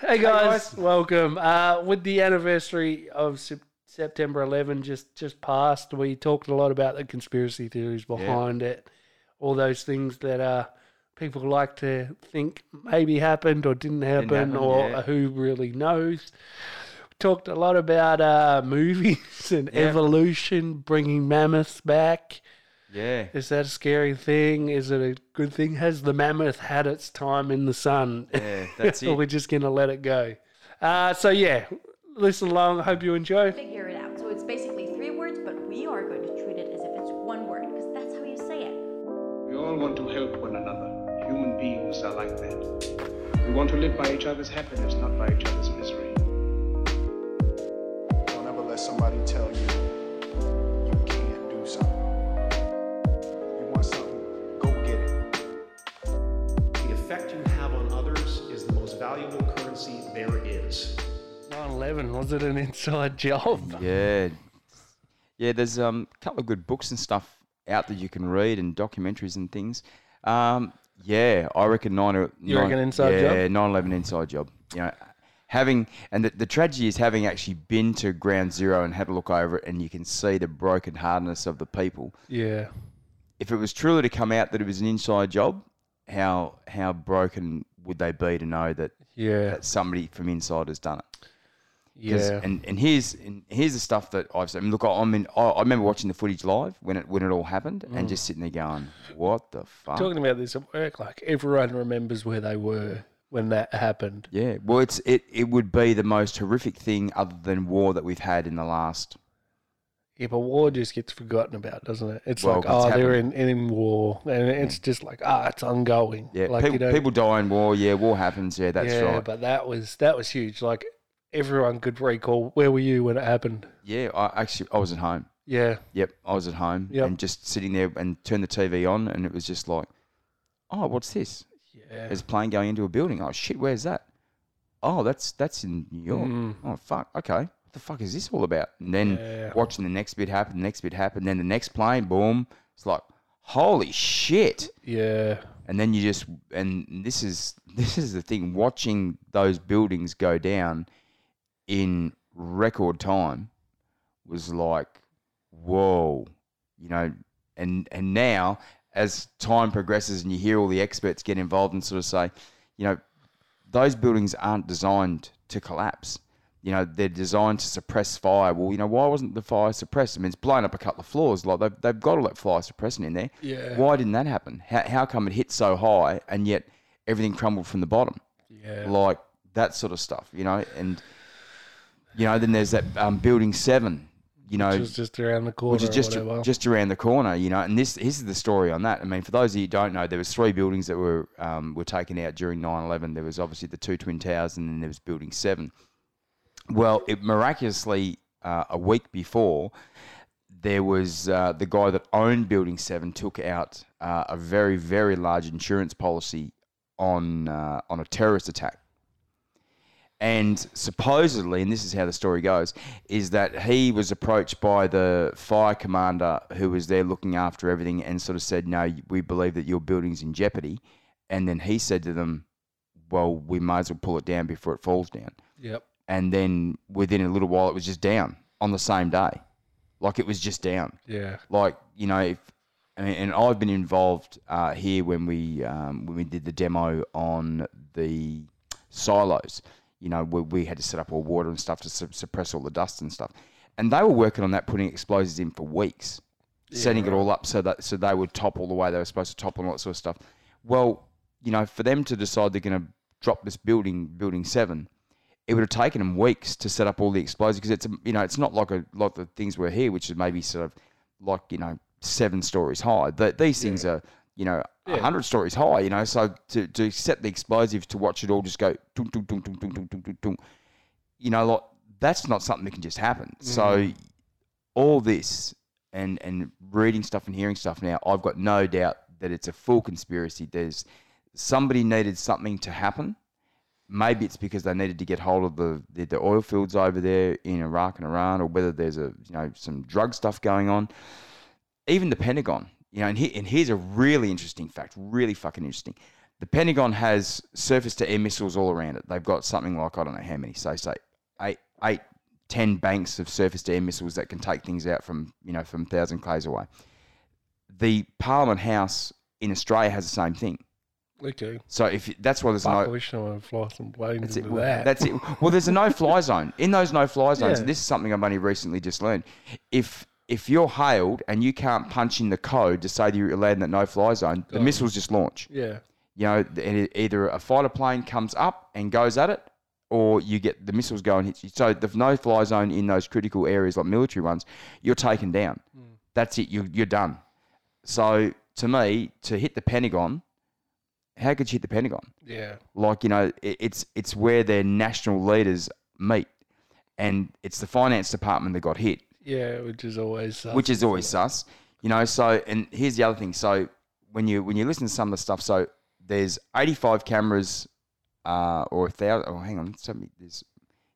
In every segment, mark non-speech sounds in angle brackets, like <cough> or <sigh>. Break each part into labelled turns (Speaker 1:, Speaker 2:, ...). Speaker 1: Hey guys, welcome. Uh, with the anniversary of Sep- September 11 just just passed, we talked a lot about the conspiracy theories behind it, all those things that uh, people like to think maybe happened or didn't happen,
Speaker 2: happen,
Speaker 1: or
Speaker 2: yeah.
Speaker 1: who really knows. Talked a lot about uh, movies <laughs> and
Speaker 2: Yeah.
Speaker 1: evolution, bringing mammoths back.
Speaker 2: Yeah.
Speaker 1: Is that a scary thing? Is it a good thing? Has the mammoth had its time in the sun?
Speaker 2: Yeah,
Speaker 1: <laughs>
Speaker 2: that's
Speaker 1: or we're
Speaker 2: it.
Speaker 1: just going to let it go. Uh, so, yeah, listen along. Hope you enjoy.
Speaker 3: figure it out. So it's basically three words, but we are going to treat it as if it's one word because that's how you say it.
Speaker 4: We all want to help one another. Human beings are like that. We want to live by each other's happiness, not by each other's misery.
Speaker 5: Don't ever let somebody tell you you can't do something. You want something, go get it.
Speaker 6: The effect you have on others is the most valuable currency there is.
Speaker 1: 9 11, was it an inside job?
Speaker 2: Yeah. Yeah, there's um, a couple of good books and stuff out that you can read and documentaries and things. Um, yeah, I reckon 9 or-
Speaker 1: You
Speaker 2: nine-
Speaker 1: reckon inside job?
Speaker 2: Yeah, 9 11 inside job. You know, having, and the, the tragedy is having actually been to ground zero and had a look over it, and you can see the broken hardness of the people.
Speaker 1: Yeah.
Speaker 2: if it was truly to come out that it was an inside job, how how broken would they be to know that,
Speaker 1: Yeah.
Speaker 2: that somebody from inside has done it? 'Cause-
Speaker 1: Yeah.
Speaker 2: And and here's and here's the stuff that I've seen. Look, I mean, I, I remember watching the footage live when it when it all happened, and just sitting there going, "What the fuck?"
Speaker 1: Mm. Talking about this at work, like everyone remembers where they were when that happened.
Speaker 2: yeah. Well, it's it it would be the most horrific thing other than war that we've had in the last.
Speaker 1: Yeah, but war just gets forgotten about, doesn't it? It's
Speaker 2: Well,
Speaker 1: like,
Speaker 2: it's
Speaker 1: oh, they're in, in war. And it's just like, ah, it's ongoing.
Speaker 2: Yeah,
Speaker 1: like,
Speaker 2: people, people die in war. Yeah, war happens. Yeah, that's
Speaker 1: yeah,
Speaker 2: right.
Speaker 1: but that was that was huge. Like everyone could recall where were you when it happened.
Speaker 2: Yeah, I actually I wasn't home.
Speaker 1: Yeah,
Speaker 2: Yep, I was at home
Speaker 1: Yep.
Speaker 2: and just sitting there and turned the TV on, and it was just like, oh, what's this?
Speaker 1: yeah,
Speaker 2: There's a plane going into a building. Oh shit, where's that? Oh, that's that's in New York. Oh fuck, okay. What the fuck is this all about? And then
Speaker 1: Hmm. Yeah.
Speaker 2: watching the next bit happen, the next bit happen, then the next plane, boom. It's like, holy shit.
Speaker 1: yeah,
Speaker 2: And then you just and this is <laughs> this is the thing. Watching those buildings go down in record time was like, whoa, you know. And and now as time progresses and you hear all the experts get involved and sort of say, you know, those buildings aren't designed to collapse. You know, they're designed to suppress fire. Well, you know, why wasn't the fire suppressed? I mean, it's blown up a couple of floors. Like, they've, they've got all that fire suppressant in there.
Speaker 1: Yeah.
Speaker 2: Why didn't that happen? How, how come it hit so high and yet everything crumbled from the bottom?
Speaker 1: yeah.
Speaker 2: Like, that sort of stuff, you know? And, you know, then there's that um, building seven, you know,
Speaker 1: Which was just around the corner.
Speaker 2: which is just
Speaker 1: or whatever.
Speaker 2: just around the corner, you know. And this this is the story on that. I mean, for those of you who don't know, there was three buildings that were um, were taken out during 9-11. There was obviously the two twin towers, and then there was Building Seven. Well, it miraculously uh, a week before, there was uh, the guy that owned Building Seven took out uh, a very very large insurance policy on uh, on a terrorist attack. And supposedly, and this is how the story goes, is that he was approached by the fire commander who was there looking after everything and sort of said, No, we believe that your building's in jeopardy. And then he said to them, Well, we might as well pull it down before it falls down.
Speaker 1: yep.
Speaker 2: And then within a little while, it was just down on the same day. Like it was just down
Speaker 1: Yeah.
Speaker 2: like you know if and, and I've been involved uh, here when we um, when we did the demo on the silos you know we, we had to set up all water and stuff to su- suppress all the dust and stuff and they were working on that putting explosives in for weeks setting it all up so that so they would top all the way they were supposed to top and all that sort of stuff well you know for them to decide they're going to drop this building building 7 it would have taken them weeks to set up all the explosives because it's a- you know it's not like a lot of things were here, which is maybe sort of like you know seven stories high. Th these things are you know a hundred stories high. You know, so to, to set the explosives to watch it all just go tung, tung, tung, tung, tung, tung, tung, tung, tung, you know, like that's not something that can just happen. So all this and and reading stuff and hearing stuff now, I've got no doubt that it's a full conspiracy. There's somebody needed something to happen maybe it's because they needed to get hold of the, the, the oil fields over there in Iraq and Iran, or whether there's a you know some drug stuff going on. Even the Pentagon, you know, and, he, and here's a really interesting fact, really fucking interesting. The Pentagon has surface to air missiles all around it. They've got something like, I don't know how many, say, say, eight, eight, ten banks of surface to air missiles that can take things out from, you know, from 1,000 k's away. The Parliament House in Australia has the same thing.
Speaker 1: Okay.
Speaker 2: So if you- that's why there's
Speaker 1: Fuck, I
Speaker 2: no.
Speaker 1: wish I would fly some planes
Speaker 2: That's
Speaker 1: into
Speaker 2: it. Well,
Speaker 1: that.
Speaker 2: That's it. Well, there's a
Speaker 1: <laughs>
Speaker 2: no-fly zone. In those no-fly zones,
Speaker 1: Yeah.
Speaker 2: and this is something I've only recently just learned. If if you're hailed and you can't punch in the code to say that you're allowed in that no-fly zone, the
Speaker 1: Gone.
Speaker 2: missiles just launch.
Speaker 1: yeah.
Speaker 2: You know, th- and it- either a fighter plane comes up and goes at it, or you get the missiles go and hit you. So the no-fly zone in those critical areas, like military ones, you're taken down.
Speaker 1: Hmm.
Speaker 2: That's it. You're, you're done. So to me, to hit the Pentagon, how could you hit the Pentagon?
Speaker 1: Yeah.
Speaker 2: like you know it, it's it's where their national leaders meet and it's the finance department that got hit
Speaker 1: Yeah, which is always sus.
Speaker 2: which is always sus you know so and here's the other thing so when you when you listen to some of the stuff so there's 85 cameras uh or a thousand oh hang on so many, there's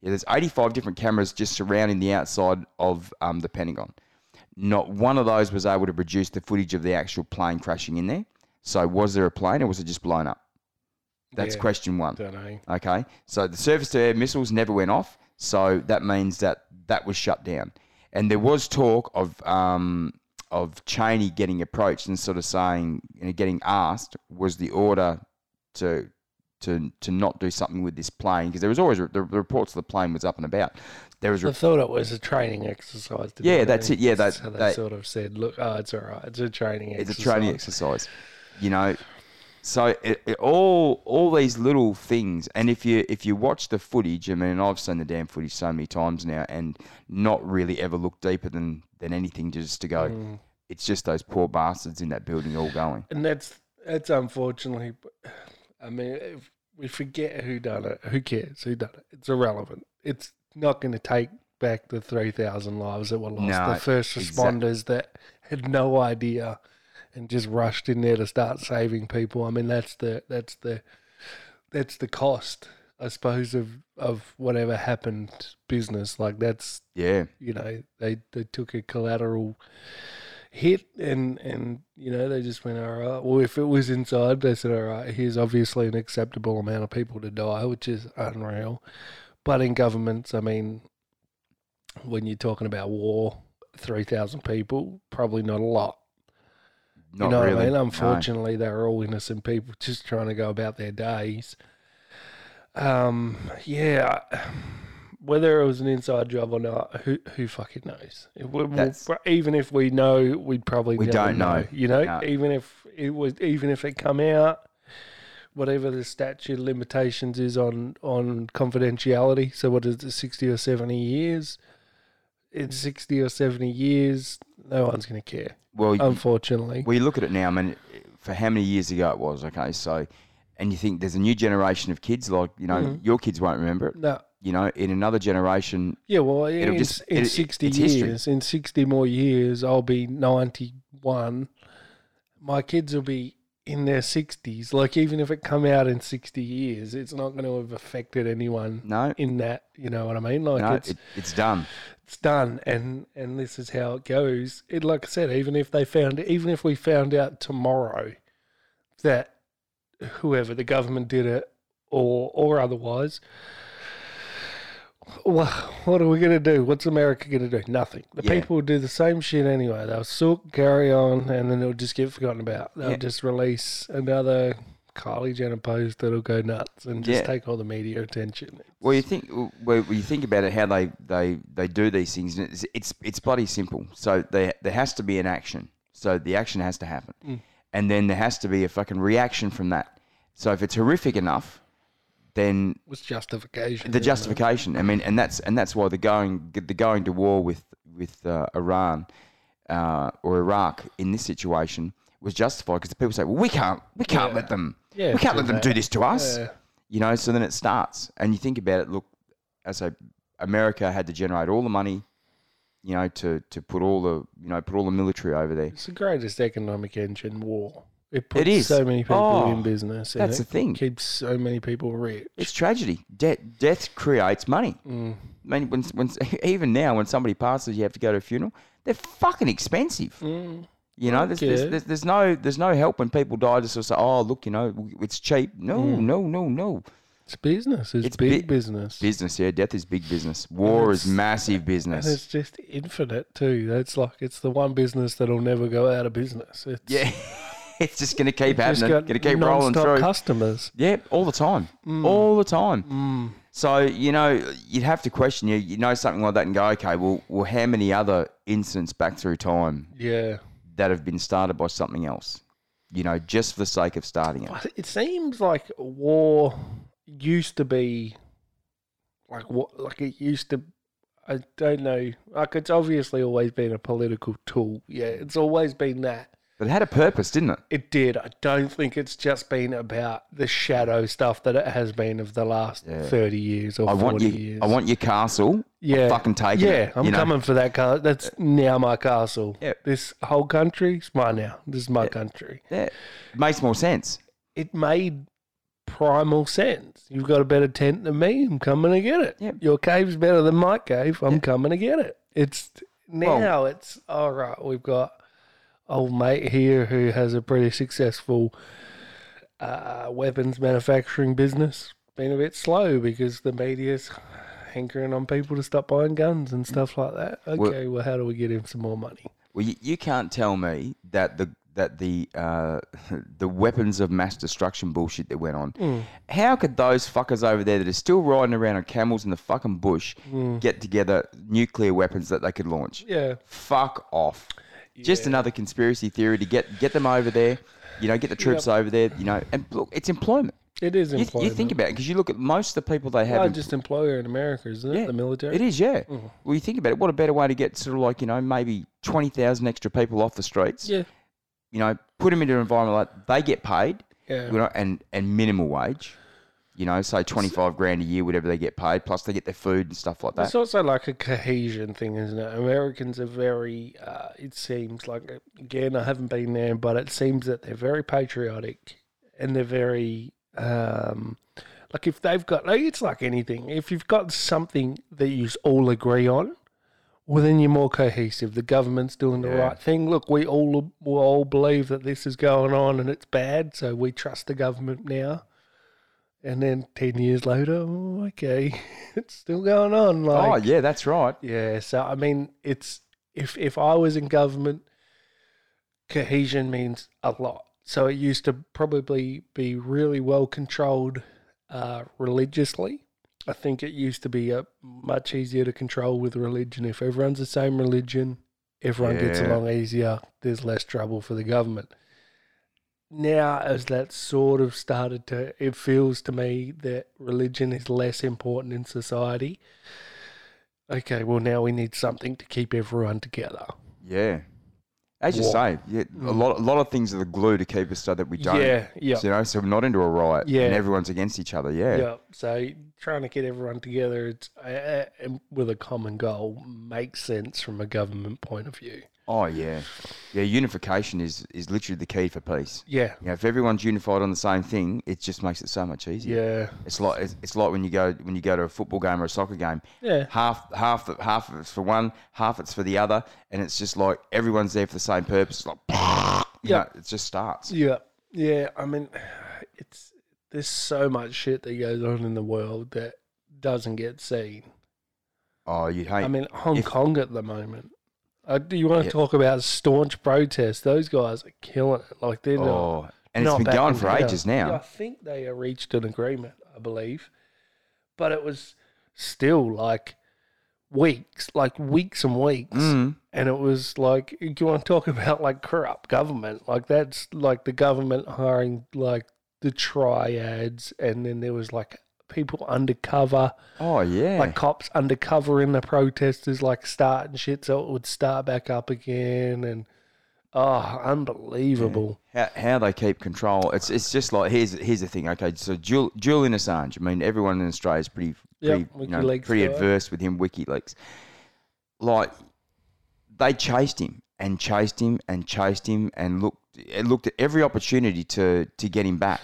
Speaker 2: yeah there's 85 different cameras just surrounding the outside of um, the pentagon not one of those was able to produce the footage of the actual plane crashing in there so was there a plane or was it just blown up that's
Speaker 1: Yeah.
Speaker 2: question one
Speaker 1: don't know.
Speaker 2: Okay, so the surface to air missiles never went off, so that means that that was shut down. And there was talk of um, of Cheney getting approached and sort of saying, you know, getting asked, was the order to to to not do something with this plane because there was always the, the reports of the plane was up and about. There was
Speaker 1: I thought it was a training exercise. to do
Speaker 2: Yeah, that's it. Yeah, that-
Speaker 1: so they,
Speaker 2: that-
Speaker 1: sort of said, "Look, oh, it's all right. It's a training
Speaker 2: it's
Speaker 1: exercise."
Speaker 2: a training exercise, you know. So it, it- all all these little things, and if you if you watch the footage, I mean, I've seen the damn footage so many times now, and not really ever looked deeper than than anything, just to
Speaker 1: Mm.
Speaker 2: go. It's just those poor bastards in that building all going.
Speaker 1: and that's that's unfortunately. I mean, if we forget who done it. Who cares who done it? It's irrelevant. It's not going to take back the three thousand lives that were lost.
Speaker 2: No,
Speaker 1: the first
Speaker 2: exact-
Speaker 1: responders that had no idea and just rushed in there to start saving people. I mean, that's the that's the that's the cost, I suppose, of of whatever happened business. Like that's
Speaker 2: Yeah,
Speaker 1: you know they they took a collateral hit and and you know they just went all right well if it was inside they said all right here's obviously an acceptable amount of people to die which is unreal but in governments i mean when you're talking about war 3000 people probably not a lot
Speaker 2: not
Speaker 1: you know
Speaker 2: really.
Speaker 1: what I mean?
Speaker 2: no.
Speaker 1: Unfortunately, they were all innocent people just trying to go about their days. Um, yeah, I- whether it was an inside job or not, who who fucking knows? It, we, we'll
Speaker 2: That's-
Speaker 1: pro- even if we know, we'd probably
Speaker 2: We
Speaker 1: never
Speaker 2: don't know.
Speaker 1: You know,
Speaker 2: No.
Speaker 1: even if it was, even if it come out, whatever the statute of limitations is on on confidentiality. So what is it, sixty or seventy years? In sixty or seventy years, no one's going to care.
Speaker 2: Well, y-
Speaker 1: Unfortunately,
Speaker 2: Well, you look at it now. I mean, for how many years ago it was? Okay, so, and you think there's a new generation of kids. Like you know, your kids won't remember it.
Speaker 1: Mm-hmm. no.
Speaker 2: You know, in another generation,
Speaker 1: Yeah, well, in,
Speaker 2: just-
Speaker 1: in
Speaker 2: it'll-
Speaker 1: 60
Speaker 2: it's history.
Speaker 1: years, in 60 more years, I'll be 91. My kids will be in their 60s. Like, even if it come out in 60 years, it's not going to have affected anyone
Speaker 2: no,
Speaker 1: in that. You know what I mean? Like,
Speaker 2: no,
Speaker 1: it's,
Speaker 2: it, it's done.
Speaker 1: it's done, and, and this is how it goes. It, like I said, even if they found, even if we found out tomorrow that whoever the government did it or or otherwise. What, what are we going to do? What's America going to do? Nothing. The
Speaker 2: Yeah.
Speaker 1: people will do the same shit anyway. They'll sook, carry on, and then it'll just get forgotten about. They'll
Speaker 2: Yeah.
Speaker 1: just release another Kylie Jenner post that'll go nuts and just
Speaker 2: Yeah.
Speaker 1: take all the media attention.
Speaker 2: Well, you think well, you think about it, how they, they, they do these things, and it's, it's it's bloody simple. So there there has to be an action. So the action has to happen, and then there has to be a fucking reaction from that. So if it's horrific enough, then
Speaker 1: What's justification?
Speaker 2: the
Speaker 1: isn't it?
Speaker 2: justification. I mean, and that's and that's why the going the going to war with with uh, Iran uh, or Iraq in this situation was justified because the people say, well, we can't we can't let them
Speaker 1: Yeah,
Speaker 2: we can't
Speaker 1: do
Speaker 2: let them
Speaker 1: that.
Speaker 2: do this to us.
Speaker 1: Yeah.
Speaker 2: You know, so then it starts, and you think about it. Look, as I America had to generate all the money, you know, to to put all the you know put all the military over there.
Speaker 1: It's the greatest economic engine war. It puts
Speaker 2: is.
Speaker 1: so many people
Speaker 2: Oh,
Speaker 1: in business. and
Speaker 2: that's
Speaker 1: it
Speaker 2: the thing.
Speaker 1: Keeps so many people rich.
Speaker 2: It's tragedy. De- death creates money.
Speaker 1: Mm.
Speaker 2: I mean, <laughs>
Speaker 1: Mm.
Speaker 2: when, when, even now, when somebody passes, you have to go to a funeral. They're fucking expensive. You know, there's, there's,
Speaker 1: Okay.
Speaker 2: there's, there's no there's no help when people die to sort of say, oh look, you know, w- it's cheap. No,
Speaker 1: Mm.
Speaker 2: no, no, no.
Speaker 1: It's business. It's,
Speaker 2: It's
Speaker 1: big
Speaker 2: bi-
Speaker 1: business.
Speaker 2: Business, yeah, death is big business. War is
Speaker 1: it's-
Speaker 2: massive
Speaker 1: And
Speaker 2: business.
Speaker 1: it's just infinite too. That's like it's the one business that'll never go out of business. It's
Speaker 2: Yeah, <laughs> it's just gonna keep
Speaker 1: just
Speaker 2: happening.
Speaker 1: got
Speaker 2: Gonna keep rolling
Speaker 1: non-stop
Speaker 2: through.
Speaker 1: customers.
Speaker 2: Yeah, all the time,
Speaker 1: Mm.
Speaker 2: all the time. So you know, you'd have to question you. You know something like that, and go, okay, well, well, how many other incidents back through time
Speaker 1: Yeah.
Speaker 2: that have been started by something else? You know, just for the sake of starting it.
Speaker 1: I th- It seems like war used to be like what like it used to I don't know. Like it's obviously always been a political tool. Yeah, it's always been that.
Speaker 2: But it had a purpose, didn't it?
Speaker 1: It did. I don't think it's just been about the shadow stuff that it has been of the last
Speaker 2: Yeah.
Speaker 1: thirty years or
Speaker 2: I
Speaker 1: forty
Speaker 2: want you.
Speaker 1: years.
Speaker 2: I want your castle.
Speaker 1: yeah,
Speaker 2: I'm fucking take
Speaker 1: yeah,
Speaker 2: it.
Speaker 1: I'm
Speaker 2: you know?
Speaker 1: coming for that car. That's now my castle.
Speaker 2: Yeah.
Speaker 1: This whole country is mine now. This is my country.
Speaker 2: Yeah, makes more sense.
Speaker 1: It made primal sense. You've got a better tent than me. I'm coming to get it.
Speaker 2: Yeah.
Speaker 1: Your cave's better than my cave. I'm coming to get it. It's now. it's all right. We've got old mate here who has a pretty successful uh, weapons manufacturing business. Been a bit slow because the media's hankering on people to stop buying guns and stuff like that. Okay, well, how do we get him some more money?
Speaker 2: Well, you, you can't tell me that the that the uh, <laughs> the weapons of mass destruction bullshit that went on.
Speaker 1: Hmm.
Speaker 2: How could those fuckers over there that are still riding around on camels in the fucking bush get together nuclear weapons that they could launch?
Speaker 1: Hmm. Yeah.
Speaker 2: Fuck off. Just another conspiracy theory to get get them over there. You know, get the troops over there. You know, and look, it's employment.
Speaker 1: It is
Speaker 2: You,
Speaker 1: employment.
Speaker 2: you think about it because you look at most of the people they have.
Speaker 1: Well,
Speaker 2: empl-
Speaker 1: just employer in America, isn't it? The military. Hmm.
Speaker 2: it is, yeah. Well, you think about it. What a better way to get sort of like you know maybe twenty thousand extra people off the streets.
Speaker 1: Yeah.
Speaker 2: You know, put them into an environment like they get paid.
Speaker 1: Yeah.
Speaker 2: You know, and and minimal wage. You know, say twenty five grand a year, whatever they get paid. Plus they get their food and stuff like that.
Speaker 1: It's also like a cohesion thing, isn't it? Americans are very, uh, it seems like, again, I haven't been there, but it seems that they're very patriotic and they're very, um, like, if they've got, like, it's like anything. If you've got something that you all agree on, well, then you're more cohesive. The government's doing the right thing. Look, we all we all believe that this is going on and it's bad, so we trust the government now. And then ten years later, oh, okay, <laughs> it's still going on. Like,
Speaker 2: oh yeah, that's right.
Speaker 1: yeah, so I mean, it's if if I was in government, cohesion means a lot. So it used to probably be really well controlled uh, religiously. I think it used to be uh much easier to control with religion. If everyone's the same religion, everyone gets
Speaker 2: Yeah.
Speaker 1: along easier. There's less trouble for the government. Now, as that sort of started to, it feels to me that religion is less important in society okay, well now we need something to keep everyone together.
Speaker 2: Yeah. As you
Speaker 1: War.
Speaker 2: say, yeah, a lot a lot of things are the glue to keep us so that we don't.
Speaker 1: Yeah, yeah.
Speaker 2: You know, so we're not into a riot.
Speaker 1: Yeah.
Speaker 2: And everyone's against each other. Yeah.
Speaker 1: Yeah. So trying to get everyone together it's, uh, uh, and with a common goal makes sense from a government point of view.
Speaker 2: Oh yeah. Yeah. Unification is is literally the key for peace.
Speaker 1: Yeah.
Speaker 2: You know, if everyone's unified on the same thing, it just makes it so much easier.
Speaker 1: Yeah.
Speaker 2: It's like it's, it's like when you go when you go to a football game or a soccer game.
Speaker 1: Yeah.
Speaker 2: Half half half of it's for one, half it's for the other, and it's just like everyone's there for the same purpose. Like, <laughs> you
Speaker 1: Yeah.
Speaker 2: know, it just starts.
Speaker 1: Yeah. Yeah. I mean, <sighs> it's there's so much shit that goes on in the world that doesn't get seen.
Speaker 2: Oh, you'd hate.
Speaker 1: I mean, Hong
Speaker 2: if-
Speaker 1: Kong at the moment. Uh, do you want to
Speaker 2: Yeah.
Speaker 1: talk about staunch protests? Those guys are killing it. Like they're not.
Speaker 2: oh, and it's
Speaker 1: not
Speaker 2: been
Speaker 1: back
Speaker 2: going
Speaker 1: in
Speaker 2: for
Speaker 1: together.
Speaker 2: ages
Speaker 1: Yeah, I
Speaker 2: now.
Speaker 1: think they uh, reached an agreement, I believe, but it was still like weeks, like weeks and weeks,
Speaker 2: Mm.
Speaker 1: and it was like you want to talk <laughs> about like corrupt government, like that's like the government hiring like the triads, and then there was like people undercover
Speaker 2: Oh yeah.
Speaker 1: like cops undercover in the protesters, like starting shit, so it would start back up again, and oh, unbelievable.
Speaker 2: how, how they keep control. It's it's just like here's here's the thing. Okay, so Jul, Julian Assange. I mean, everyone in Australia is pretty
Speaker 1: Yep,
Speaker 2: pretty you know,
Speaker 1: WikiLeaks
Speaker 2: pretty
Speaker 1: guy.
Speaker 2: adverse with him. WikiLeaks. Like they chased him and chased him and chased him and looked and looked at every opportunity to to get him back.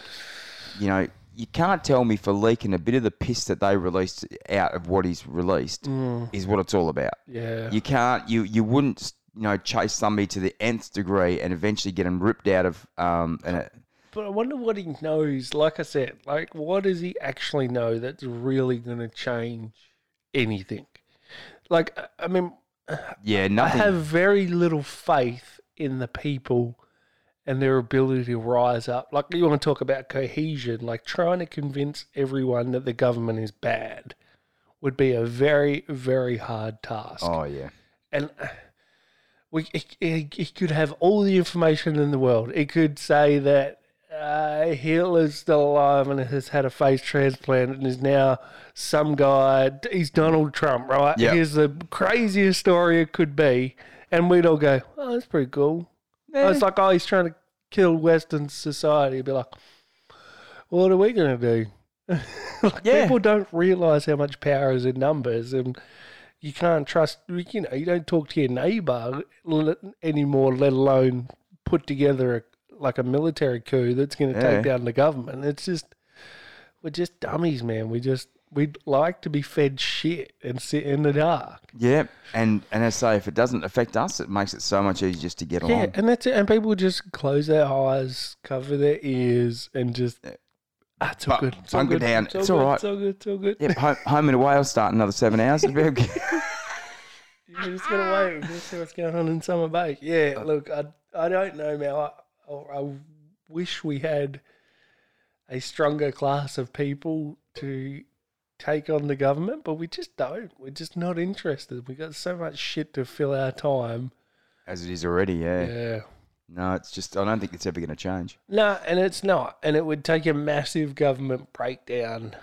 Speaker 2: You know. You can't tell me for leaking a bit of the piss that they
Speaker 1: Mm.
Speaker 2: released out of what he's released is what it's all about.
Speaker 1: Yeah.
Speaker 2: You can't. You you wouldn't. you know, chase somebody to the nth degree and eventually get them ripped out of. Um, and it,
Speaker 1: But I wonder what he knows. Like I said, like what does he actually know that's really going to change anything? Like I- I mean,
Speaker 2: yeah,
Speaker 1: I
Speaker 2: nothing.
Speaker 1: have very little faith in the people and their ability to rise up. Like you want to talk about cohesion, like trying to convince everyone that the government is bad would be a very very hard task.
Speaker 2: oh yeah,
Speaker 1: and uh, we it, it, it could have all the information in the world. It could say that uh, Hitler's still alive and has had a face transplant and is now some guy. He's Donald Trump, right?
Speaker 2: Yeah.
Speaker 1: Here's the craziest story it could be, and we'd all go, "Oh, that's pretty cool." I was like, "Oh, he's trying to kill Western society." You'd be like, "What are we gonna do?" <laughs> Like,
Speaker 2: Yeah.
Speaker 1: People don't realize how much power is in numbers, and you can't trust you know you don't talk to your neighbor anymore let alone put together a, like a military coup that's going to
Speaker 2: Yeah.
Speaker 1: take down the government it's just we're just dummies man we just we'd like to be fed shit and sit in the dark
Speaker 2: yeah. And and I say, if it doesn't affect us, it makes it so much easier just to get
Speaker 1: yeah
Speaker 2: along.
Speaker 1: and that's it and people just close their eyes cover their ears and just ah, it's all
Speaker 2: But
Speaker 1: good it's all
Speaker 2: bunker
Speaker 1: good
Speaker 2: down,
Speaker 1: all
Speaker 2: it's all
Speaker 1: good,
Speaker 2: right.
Speaker 1: it's all good it's all good
Speaker 2: Yep, home, home and away. I'll start in another seven hours. It'll be okay.
Speaker 1: We're just gonna wait. We'll see what's going on in Summer Bay. Yeah, look, I I don't know, Mal. I, I, I wish we had a stronger class of people to take on the government, but we just don't. We're just not interested. We got so much shit to fill our time.
Speaker 2: <laughs> As it is already, yeah.
Speaker 1: Yeah.
Speaker 2: No, it's just I don't think it's ever going to change.
Speaker 1: No, and it's not. And it would take a massive government breakdown.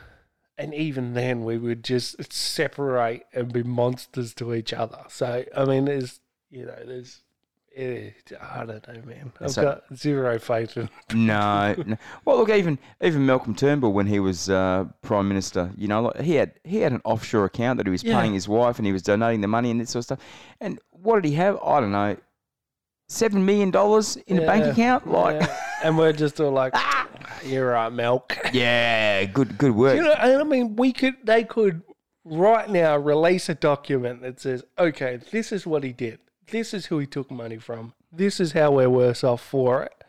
Speaker 1: And even then, we would just separate and be monsters to each other. So, I mean, there's, you know, there's, eh, I don't know, man. I've
Speaker 2: So-
Speaker 1: got zero faith in
Speaker 2: No, no. Well, look, even even Malcolm Turnbull when he was uh, prime minister, you know, like, he had he had an offshore account that he was
Speaker 1: Yeah.
Speaker 2: paying his wife, and he was donating the money and that sort of stuff. And what did he have? I don't know, seven million dollars in a bank
Speaker 1: Yeah,
Speaker 2: account. Like, <laughs> Ah!
Speaker 1: yeah. And we're just all like, you're right, milk.
Speaker 2: yeah, good good work.
Speaker 1: You know, and I mean, we could, they could right now release a document that says, okay, this is what he did. This is who he took money from. This is how we're worse off for it.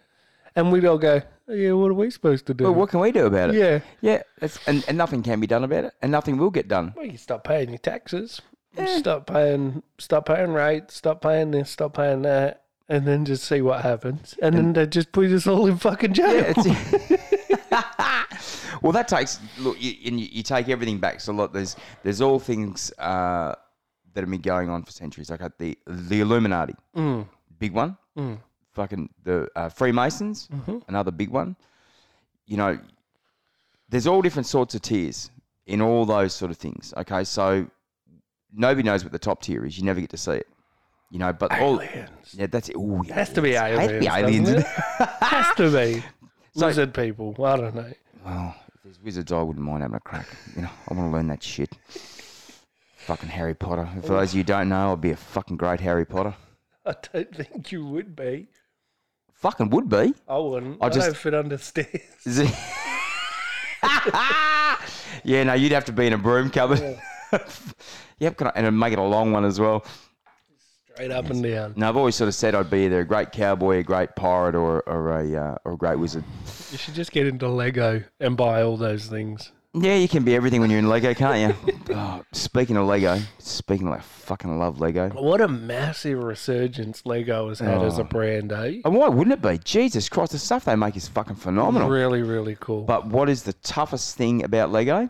Speaker 1: And we'd all go, yeah, what are we supposed to do?
Speaker 2: well, what can we do about it?
Speaker 1: Yeah.
Speaker 2: yeah, that's, and and nothing can be done about it, and nothing will get done.
Speaker 1: Well, you stop paying your taxes.
Speaker 2: Eh.
Speaker 1: Stop paying, stop paying rates. Stop paying this. Stop paying that. And then just see what happens. And, then they just put us all in fucking jail.
Speaker 2: Yeah, it's- <laughs> well, that takes look, you, and you, you take everything back. So look, there's there's all things uh, that have been going on for centuries, like uh, the the Illuminati, big one. Fucking the uh, Freemasons, another big one. You know, there's all different sorts of tiers in all those sort of things. Okay, so nobody knows what the top tier is. You never get to see it. You know, but all yeah, that's it. Ooh,
Speaker 1: <laughs>
Speaker 2: yeah,
Speaker 1: Has to be
Speaker 2: it's-
Speaker 1: aliens.
Speaker 2: has to be
Speaker 1: doesn't
Speaker 2: aliens.
Speaker 1: it? <laughs> Has to be.
Speaker 2: <laughs> So-
Speaker 1: Lizard people. I don't know.
Speaker 2: Well, if there's wizards, I wouldn't mind having a crack. You know, I want to learn that shit. fucking Harry Potter. And for those of you who don't know, I'd be a fucking great Harry Potter.
Speaker 1: I don't think you would be.
Speaker 2: Fucking would be.
Speaker 1: I wouldn't.
Speaker 2: I
Speaker 1: I,
Speaker 2: just-
Speaker 1: don't fit under <laughs> stairs.
Speaker 2: Is it- <laughs> yeah, no, you'd have to be in a broom cupboard. <laughs> yep, can I, and make it a long one as well.
Speaker 1: Straight up and down.
Speaker 2: Now, I've always sort of said I'd be either a great cowboy, a great pirate, or, or, a, uh, or a great wizard.
Speaker 1: You should just get into Lego and buy all those things.
Speaker 2: Yeah, you can be everything when you're in Lego, can't you? oh, speaking of Lego, speaking of, I fucking love Lego.
Speaker 1: What a massive resurgence Lego has had as a brand, eh?
Speaker 2: And why wouldn't it be? Jesus Christ, the stuff they make is fucking phenomenal.
Speaker 1: Really, really cool.
Speaker 2: But what is the toughest thing about Lego?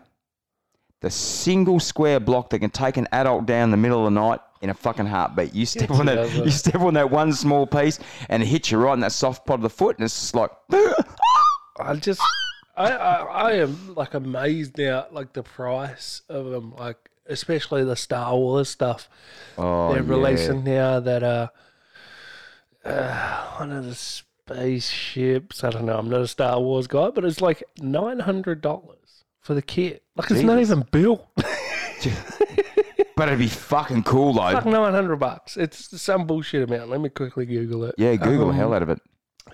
Speaker 2: The single square block that can take an adult down the middle of the night in a fucking heartbeat. You step
Speaker 1: Yes,
Speaker 2: on
Speaker 1: it
Speaker 2: that,
Speaker 1: does,
Speaker 2: you
Speaker 1: doesn't it?
Speaker 2: step on that one small piece, and it hits you right in that soft part of the foot, and it's just like, <laughs> oh,
Speaker 1: I
Speaker 2: <gasps>
Speaker 1: just, I, I, I am like amazed now, like the price of them, like especially the Star Wars stuff.
Speaker 2: oh,
Speaker 1: They're
Speaker 2: yeah.
Speaker 1: releasing now that uh, uh, one of the spaceships. I don't know. I'm not a Star Wars guy, but it's like nine hundred dollars for the kit. Like it's not
Speaker 2: Jesus.
Speaker 1: even built. <laughs>
Speaker 2: But it'd be fucking cool though.
Speaker 1: like nine hundred bucks. It's some bullshit amount. Let me quickly Google it.
Speaker 2: yeah, Google the
Speaker 1: Um,
Speaker 2: hell out of it.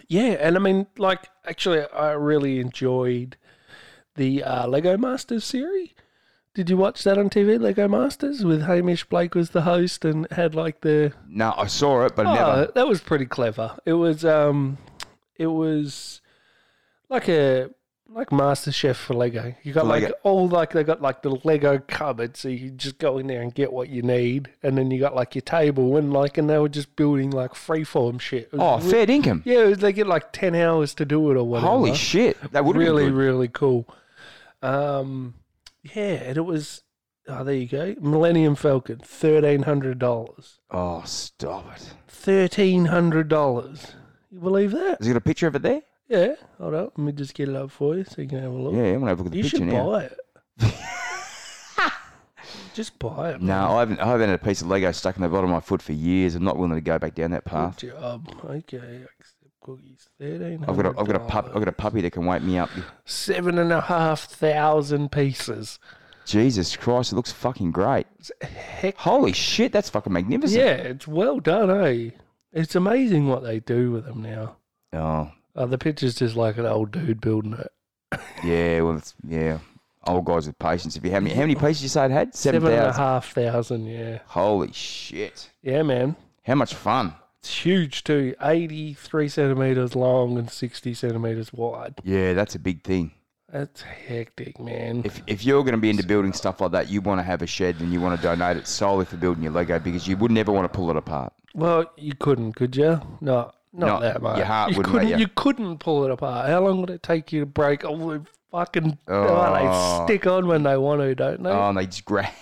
Speaker 1: Yeah, and I mean, like, actually, I really enjoyed the uh, Lego Masters series. Did you watch that on TV, Lego Masters, with Hamish Blake was the host and had like the
Speaker 2: No, I saw it, but I
Speaker 1: Oh,
Speaker 2: never.
Speaker 1: that was pretty clever. It was um, it was like a like Master Chef for Lego. You got
Speaker 2: Lego.
Speaker 1: like all like they got like the Lego cupboard, so you just go in there and get what you need, and then you got like your table and like and they were just building like freeform shit. It
Speaker 2: Oh,
Speaker 1: was re-
Speaker 2: fair income.
Speaker 1: yeah, it was, they get like ten hours to do it or whatever.
Speaker 2: Holy shit, that would
Speaker 1: really
Speaker 2: be good.
Speaker 1: really cool. Um, yeah, and it was. Oh, there you go. Millennium Falcon, thirteen hundred dollars.
Speaker 2: Oh, stop it.
Speaker 1: Thirteen hundred dollars. You believe that?
Speaker 2: Has he got a picture of it there?
Speaker 1: Yeah. Hold up. Let me just get it up for you so you can have a look.
Speaker 2: Yeah, I'm gonna have a look at the
Speaker 1: you
Speaker 2: picture
Speaker 1: should
Speaker 2: now.
Speaker 1: buy
Speaker 2: <laughs>
Speaker 1: it. just buy it. man.
Speaker 2: No, I haven't. I haven't had a piece of Lego stuck in the bottom of my foot for years. I'm not willing to go back down that path.
Speaker 1: Good job. Okay. Accept cookies. Thirteen
Speaker 2: I've
Speaker 1: hundred.
Speaker 2: got a, I've got a pup, I've got a puppy that can wake me up.
Speaker 1: Seven and a half thousand pieces.
Speaker 2: Jesus Christ, it looks fucking great. <laughs>
Speaker 1: Heck.
Speaker 2: Holy shit, that's fucking magnificent.
Speaker 1: Yeah, it's well done, eh? It's amazing what they do with them now.
Speaker 2: Oh,
Speaker 1: Uh, the picture's just like an old dude building it.
Speaker 2: yeah. Well, it's, yeah. Old guys with patience. If you how many how many pieces you say it had? Seven
Speaker 1: Seven and a
Speaker 2: thousand.
Speaker 1: half thousand, yeah.
Speaker 2: Holy shit.
Speaker 1: Yeah, man.
Speaker 2: How much fun?
Speaker 1: It's huge too, 83 centimeters long and 60 centimeters wide.
Speaker 2: Yeah, that's a big thing.
Speaker 1: That's hectic, man.
Speaker 2: If, if you're going to be into building stuff like that, you want to have a shed and you want to donate it solely for building your Lego because you would never want to pull it apart.
Speaker 1: well, you couldn't, could you? No, not
Speaker 2: No,
Speaker 1: that much.
Speaker 2: your heart
Speaker 1: you
Speaker 2: wouldn't let
Speaker 1: couldn't.
Speaker 2: you.
Speaker 1: you couldn't pull it apart. How long would it take you to break all the fucking? Oh, they
Speaker 2: Oh.
Speaker 1: stick on when they want to, don't they?
Speaker 2: Oh, and they just <laughs> grab.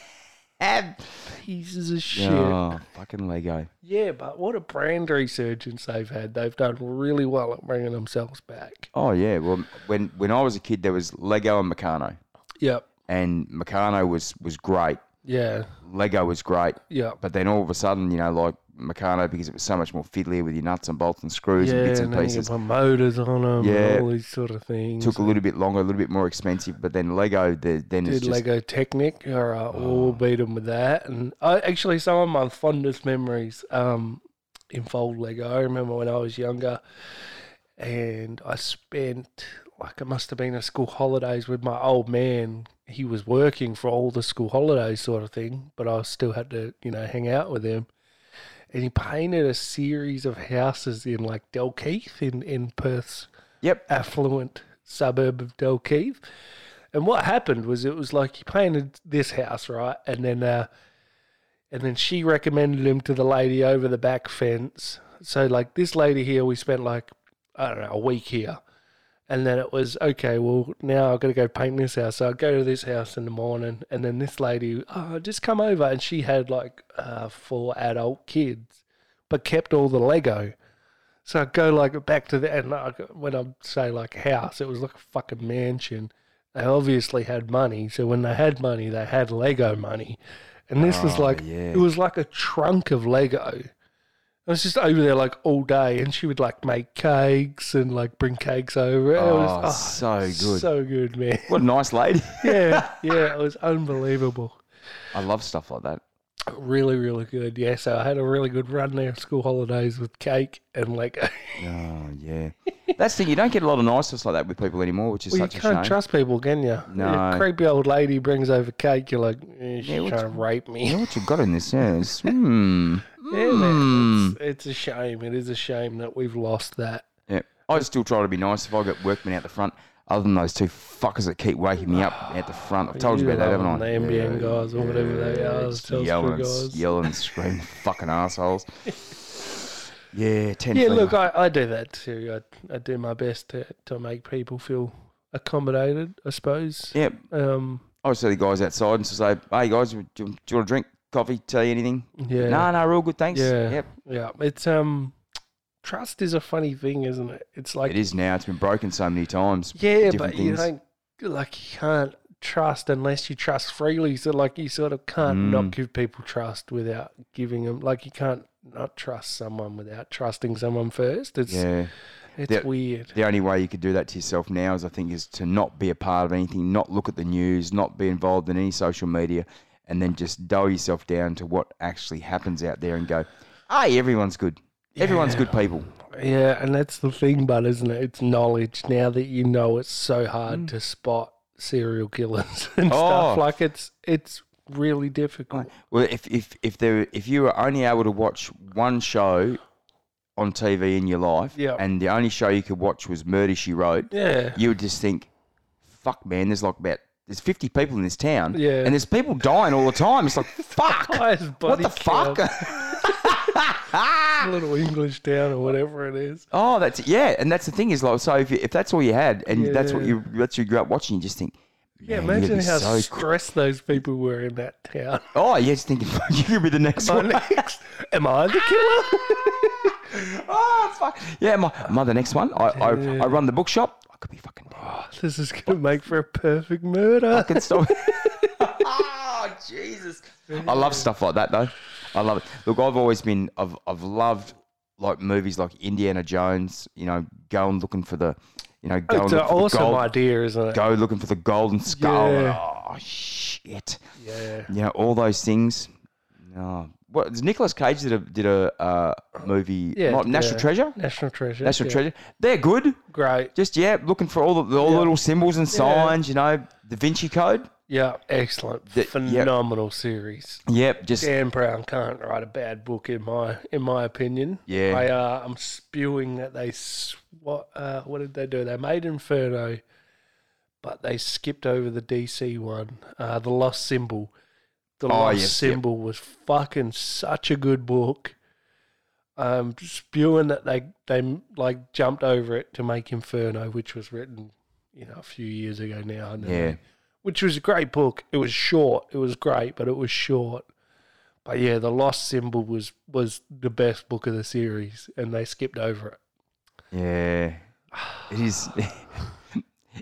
Speaker 1: Pieces of shit.
Speaker 2: Oh, fucking Lego.
Speaker 1: Yeah, but what a brand resurgence they've had. They've done really well at bringing themselves back.
Speaker 2: Oh yeah. Well, when when I was a kid, there was Lego and Meccano,
Speaker 1: Yep.
Speaker 2: and Meccano was was great.
Speaker 1: Yeah.
Speaker 2: Lego was great,
Speaker 1: Yep.
Speaker 2: but then all of a sudden, you know, like Meccano, because it was so much more fiddly with your nuts and bolts and screws and bits and
Speaker 1: then you
Speaker 2: pieces.
Speaker 1: put motors on them.
Speaker 2: Yeah.
Speaker 1: And all these sort of things.
Speaker 2: Took a little bit longer, a little bit more expensive, but then Lego, the, then it's
Speaker 1: did
Speaker 2: just
Speaker 1: Lego Technic, or uh, we'll beat them with that. And I, actually, some of my fondest memories um, involved Lego. I remember when I was younger, and I spent like it must have been a school holidays with my old man. He was working for all the school holidays, sort of thing, but I still had to, you know, hang out with him. And he painted a series of houses in like Dalkeith in in Perth's
Speaker 2: yep,
Speaker 1: affluent suburb of Dalkeith. And what happened was it was like he painted this house, right? And then uh and then she recommended him to the lady over the back fence. So like this lady here, we spent like I don't know, a week here. And then it was okay. Well, now I've got to go paint this house. So I go to this house in the morning, and then this lady, oh, just come over, and she had like uh, four adult kids, but kept all the Lego. So I go like back to the and like, when I say like house, it was like a fucking mansion. They obviously had money, so when they had money, they had Lego money, and this was
Speaker 2: Oh,
Speaker 1: like
Speaker 2: yeah.
Speaker 1: it was like a trunk of Lego. I was just over there like all day, and she would like make cakes and like bring cakes over. it was ah,
Speaker 2: Oh, so good.
Speaker 1: so good, man. <laughs>
Speaker 2: what a nice lady. <laughs>
Speaker 1: yeah, yeah, it was unbelievable.
Speaker 2: I love stuff like that.
Speaker 1: Really, really good. Yeah, so I had a really good run there, school holidays with cake and like. <laughs>
Speaker 2: Oh yeah, that's the thing. You don't get a lot of niceness like that with people anymore, which is
Speaker 1: Well, you
Speaker 2: such a
Speaker 1: can't
Speaker 2: shame.
Speaker 1: trust people, can you?
Speaker 2: No.
Speaker 1: A creepy old lady brings over cake. You're like, eh, she's
Speaker 2: Yeah, what's-
Speaker 1: trying to rape me. <laughs>
Speaker 2: You know what you've got in this? Yeah, it's, hmm.
Speaker 1: Yeah, man, it's, it's a shame. It is a shame that we've lost that.
Speaker 2: Yeah. I still try to be nice if I get workmen out the front, other than those two fuckers that keep waking me up out the front. I've told you, about that,
Speaker 1: love
Speaker 2: haven't I?
Speaker 1: them, The NBN guys or whatever they are, the
Speaker 2: just
Speaker 1: Telstra
Speaker 2: yelling, and, s-
Speaker 1: guys.
Speaker 2: yelling and screaming, <laughs> fucking assholes.
Speaker 1: <laughs>
Speaker 2: Yeah, ten.
Speaker 1: Yeah,
Speaker 2: flavor.
Speaker 1: look, I, I do that too. I, I do my best to, to make people feel accommodated, I suppose.
Speaker 2: yeah.
Speaker 1: Um,
Speaker 2: I would see the guys outside and say, "Hey guys, do you, do you want a drink, coffee, tea, anything?"
Speaker 1: yeah.
Speaker 2: No, no, real good, thanks.
Speaker 1: Yeah.
Speaker 2: Yep.
Speaker 1: Yeah. It's, um, trust is a funny thing, isn't it? It's like,
Speaker 2: It is now. It's been broken so many times.
Speaker 1: yeah,
Speaker 2: different
Speaker 1: but you
Speaker 2: things.
Speaker 1: don't, like, you can't trust unless you trust freely. So, like, you sort of can't
Speaker 2: Mm.
Speaker 1: not give people trust without giving them, like, you can't not trust someone without trusting someone first. It's,
Speaker 2: Yeah.
Speaker 1: it's
Speaker 2: Yeah.
Speaker 1: weird.
Speaker 2: The only way you could do that to yourself now is, I think, is to not be a part of anything, not look at the news, not be involved in any social media, and then just dull yourself down to what actually happens out there and go, hey, everyone's good. Everyone's good people.
Speaker 1: Yeah, and that's the thing, but isn't it? It's knowledge. Now that you know, it's so hard to spot serial killers <laughs> and
Speaker 2: Oh.
Speaker 1: stuff. Like it's it's really difficult.
Speaker 2: Well, if if if there if you were only able to watch one show on TV in your life,
Speaker 1: Yeah.
Speaker 2: and the only show you could watch was Murder She Wrote,
Speaker 1: Yeah.
Speaker 2: you would just think, "Fuck, man, there's like about there's 50 people in this town,
Speaker 1: Yeah.
Speaker 2: and there's people dying all the time."
Speaker 1: <laughs>
Speaker 2: It's like, "Fuck,
Speaker 1: Highest
Speaker 2: what
Speaker 1: body
Speaker 2: the
Speaker 1: count.
Speaker 2: fuck?"
Speaker 1: Little English town or whatever it is.
Speaker 2: oh, that's yeah, and that's the thing is like, so if, you, if that's all you had, and that's what
Speaker 1: Yeah.
Speaker 2: you that's what you grew up watching, you just think,
Speaker 1: Yeah,
Speaker 2: "Man, you'd
Speaker 1: imagine
Speaker 2: be
Speaker 1: how
Speaker 2: so cool."
Speaker 1: stressed those people were in that
Speaker 2: <laughs>
Speaker 1: town.
Speaker 2: Oh, yeah, just thinking, "Fuck, you could be the next
Speaker 1: My
Speaker 2: one."
Speaker 1: next, am I the killer? <laughs>
Speaker 2: <laughs> oh, fuck. Yeah, my, am I the next one? I, I, I run the bookshop. I could be fucking dead.
Speaker 1: This is going to make for a perfect murder.
Speaker 2: I can stop. <laughs> oh, Jesus. I love stuff like that, though. I love it. Look, I've always been, I've, I've loved like movies like Indiana Jones, you know, going looking for the, you know, going
Speaker 1: It's an
Speaker 2: looking for
Speaker 1: awesome
Speaker 2: the gold,
Speaker 1: idea, isn't it?
Speaker 2: go looking for the golden skull.
Speaker 1: Yeah.
Speaker 2: Oh, shit.
Speaker 1: Yeah.
Speaker 2: You know, all those things. No. What, Nicholas Cage did a, did a uh, movie,
Speaker 1: Yeah,
Speaker 2: like National
Speaker 1: yeah.
Speaker 2: Treasure?
Speaker 1: National Treasure.
Speaker 2: National
Speaker 1: yeah.
Speaker 2: Treasure. They're good.
Speaker 1: Great.
Speaker 2: Just yeah, looking for all the all the little symbols and signs. You know, Da Vinci Code.
Speaker 1: Yeah, excellent.
Speaker 2: The- yeah.
Speaker 1: Phenomenal series.
Speaker 2: Yep, just
Speaker 1: Dan Brown can't write a bad book in my in my opinion.
Speaker 2: Yeah.
Speaker 1: I uh, I'm spewing that they s- what uh, what did they do? They made Inferno, but they skipped over the DC one, uh, the Lost Symbol. The Lost
Speaker 2: Oh, yes, yep.
Speaker 1: Symbol was fucking such a good book. Um, spewing that they they like jumped over it to make Inferno, which was written you know a few years ago now. and then
Speaker 2: yeah.
Speaker 1: which was a great book. It was short. It was great, but it was short. But yeah, the lost symbol was was the best book of the series, and they skipped over it.
Speaker 2: yeah, It is. <laughs>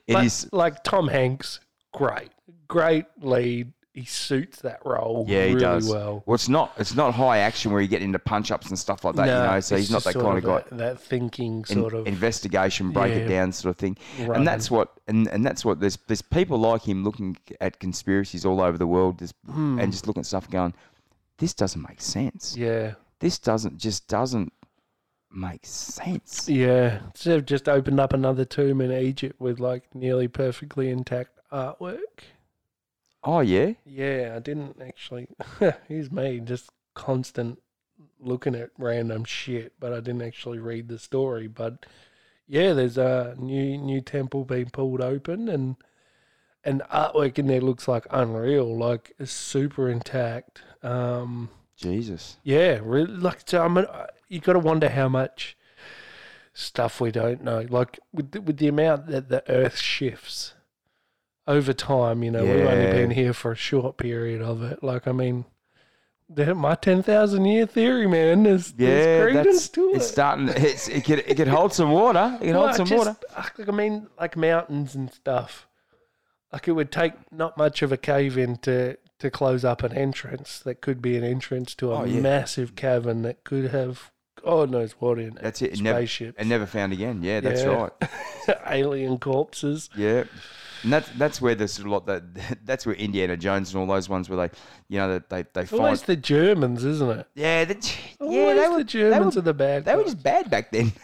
Speaker 2: It is.
Speaker 1: but, like Tom Hanks, great, great lead. He suits that role
Speaker 2: yeah, he
Speaker 1: really
Speaker 2: does
Speaker 1: well.
Speaker 2: Well, it's not it's not high action where you get into punch ups and stuff like that. you know, so
Speaker 1: it's
Speaker 2: he's not
Speaker 1: just
Speaker 2: that
Speaker 1: sort
Speaker 2: kind of guy.
Speaker 1: That, that thinking
Speaker 2: in-
Speaker 1: sort of.
Speaker 2: investigation, break it
Speaker 1: Yeah.
Speaker 2: down sort of thing.
Speaker 1: Right.
Speaker 2: And that's what and, and that's what there's there's people like him looking at conspiracies all over the world, just, and just looking at stuff going, this doesn't make sense.
Speaker 1: Hmm. yeah,
Speaker 2: This doesn't just doesn't make sense.
Speaker 1: yeah. So they've just opened up another tomb in Egypt with like nearly perfectly intact artwork.
Speaker 2: Oh yeah,
Speaker 1: Yeah, I didn't actually. <laughs> Here's me, just constant looking at random shit, but I didn't actually read the story. But yeah, there's a new new temple being pulled open, and and artwork in there looks like unreal, like it's super intact. Um,
Speaker 2: Jesus.
Speaker 1: yeah, really. Like, so I mean, uh, you got to wonder how much stuff we don't know. Like with the, with the amount that the Earth shifts over time, you know, we've only
Speaker 2: Yeah.
Speaker 1: been here for a short period of it. Like, I mean, that- my ten thousand year theory, man, is
Speaker 2: Yeah,
Speaker 1: there's credence
Speaker 2: that's
Speaker 1: to it.
Speaker 2: it's starting. It's, it could it could hold some water. It could
Speaker 1: <laughs> Well,
Speaker 2: hold some
Speaker 1: just-
Speaker 2: water.
Speaker 1: uh, Like, I mean, like mountains and stuff. Like it would take not much of a cave in to to close up an entrance that could be an entrance to a
Speaker 2: Oh, yeah.
Speaker 1: massive cavern that could have God knows what in it.
Speaker 2: That's it. It never,
Speaker 1: Spaceships,
Speaker 2: it never found again. Yeah, that's
Speaker 1: Yeah.
Speaker 2: right.
Speaker 1: <laughs> alien corpses.
Speaker 2: Yeah. And that's that's where there's a lot that <laughs> that's where Indiana Jones and all those ones where they you know that they, they
Speaker 1: It's always
Speaker 2: find
Speaker 1: the Germans, isn't it?
Speaker 2: yeah they, yeah
Speaker 1: Always
Speaker 2: they
Speaker 1: the
Speaker 2: were
Speaker 1: Germans
Speaker 2: they
Speaker 1: are
Speaker 2: were,
Speaker 1: the bad.
Speaker 2: they were
Speaker 1: guys.
Speaker 2: just Ah! bad back then. <laughs>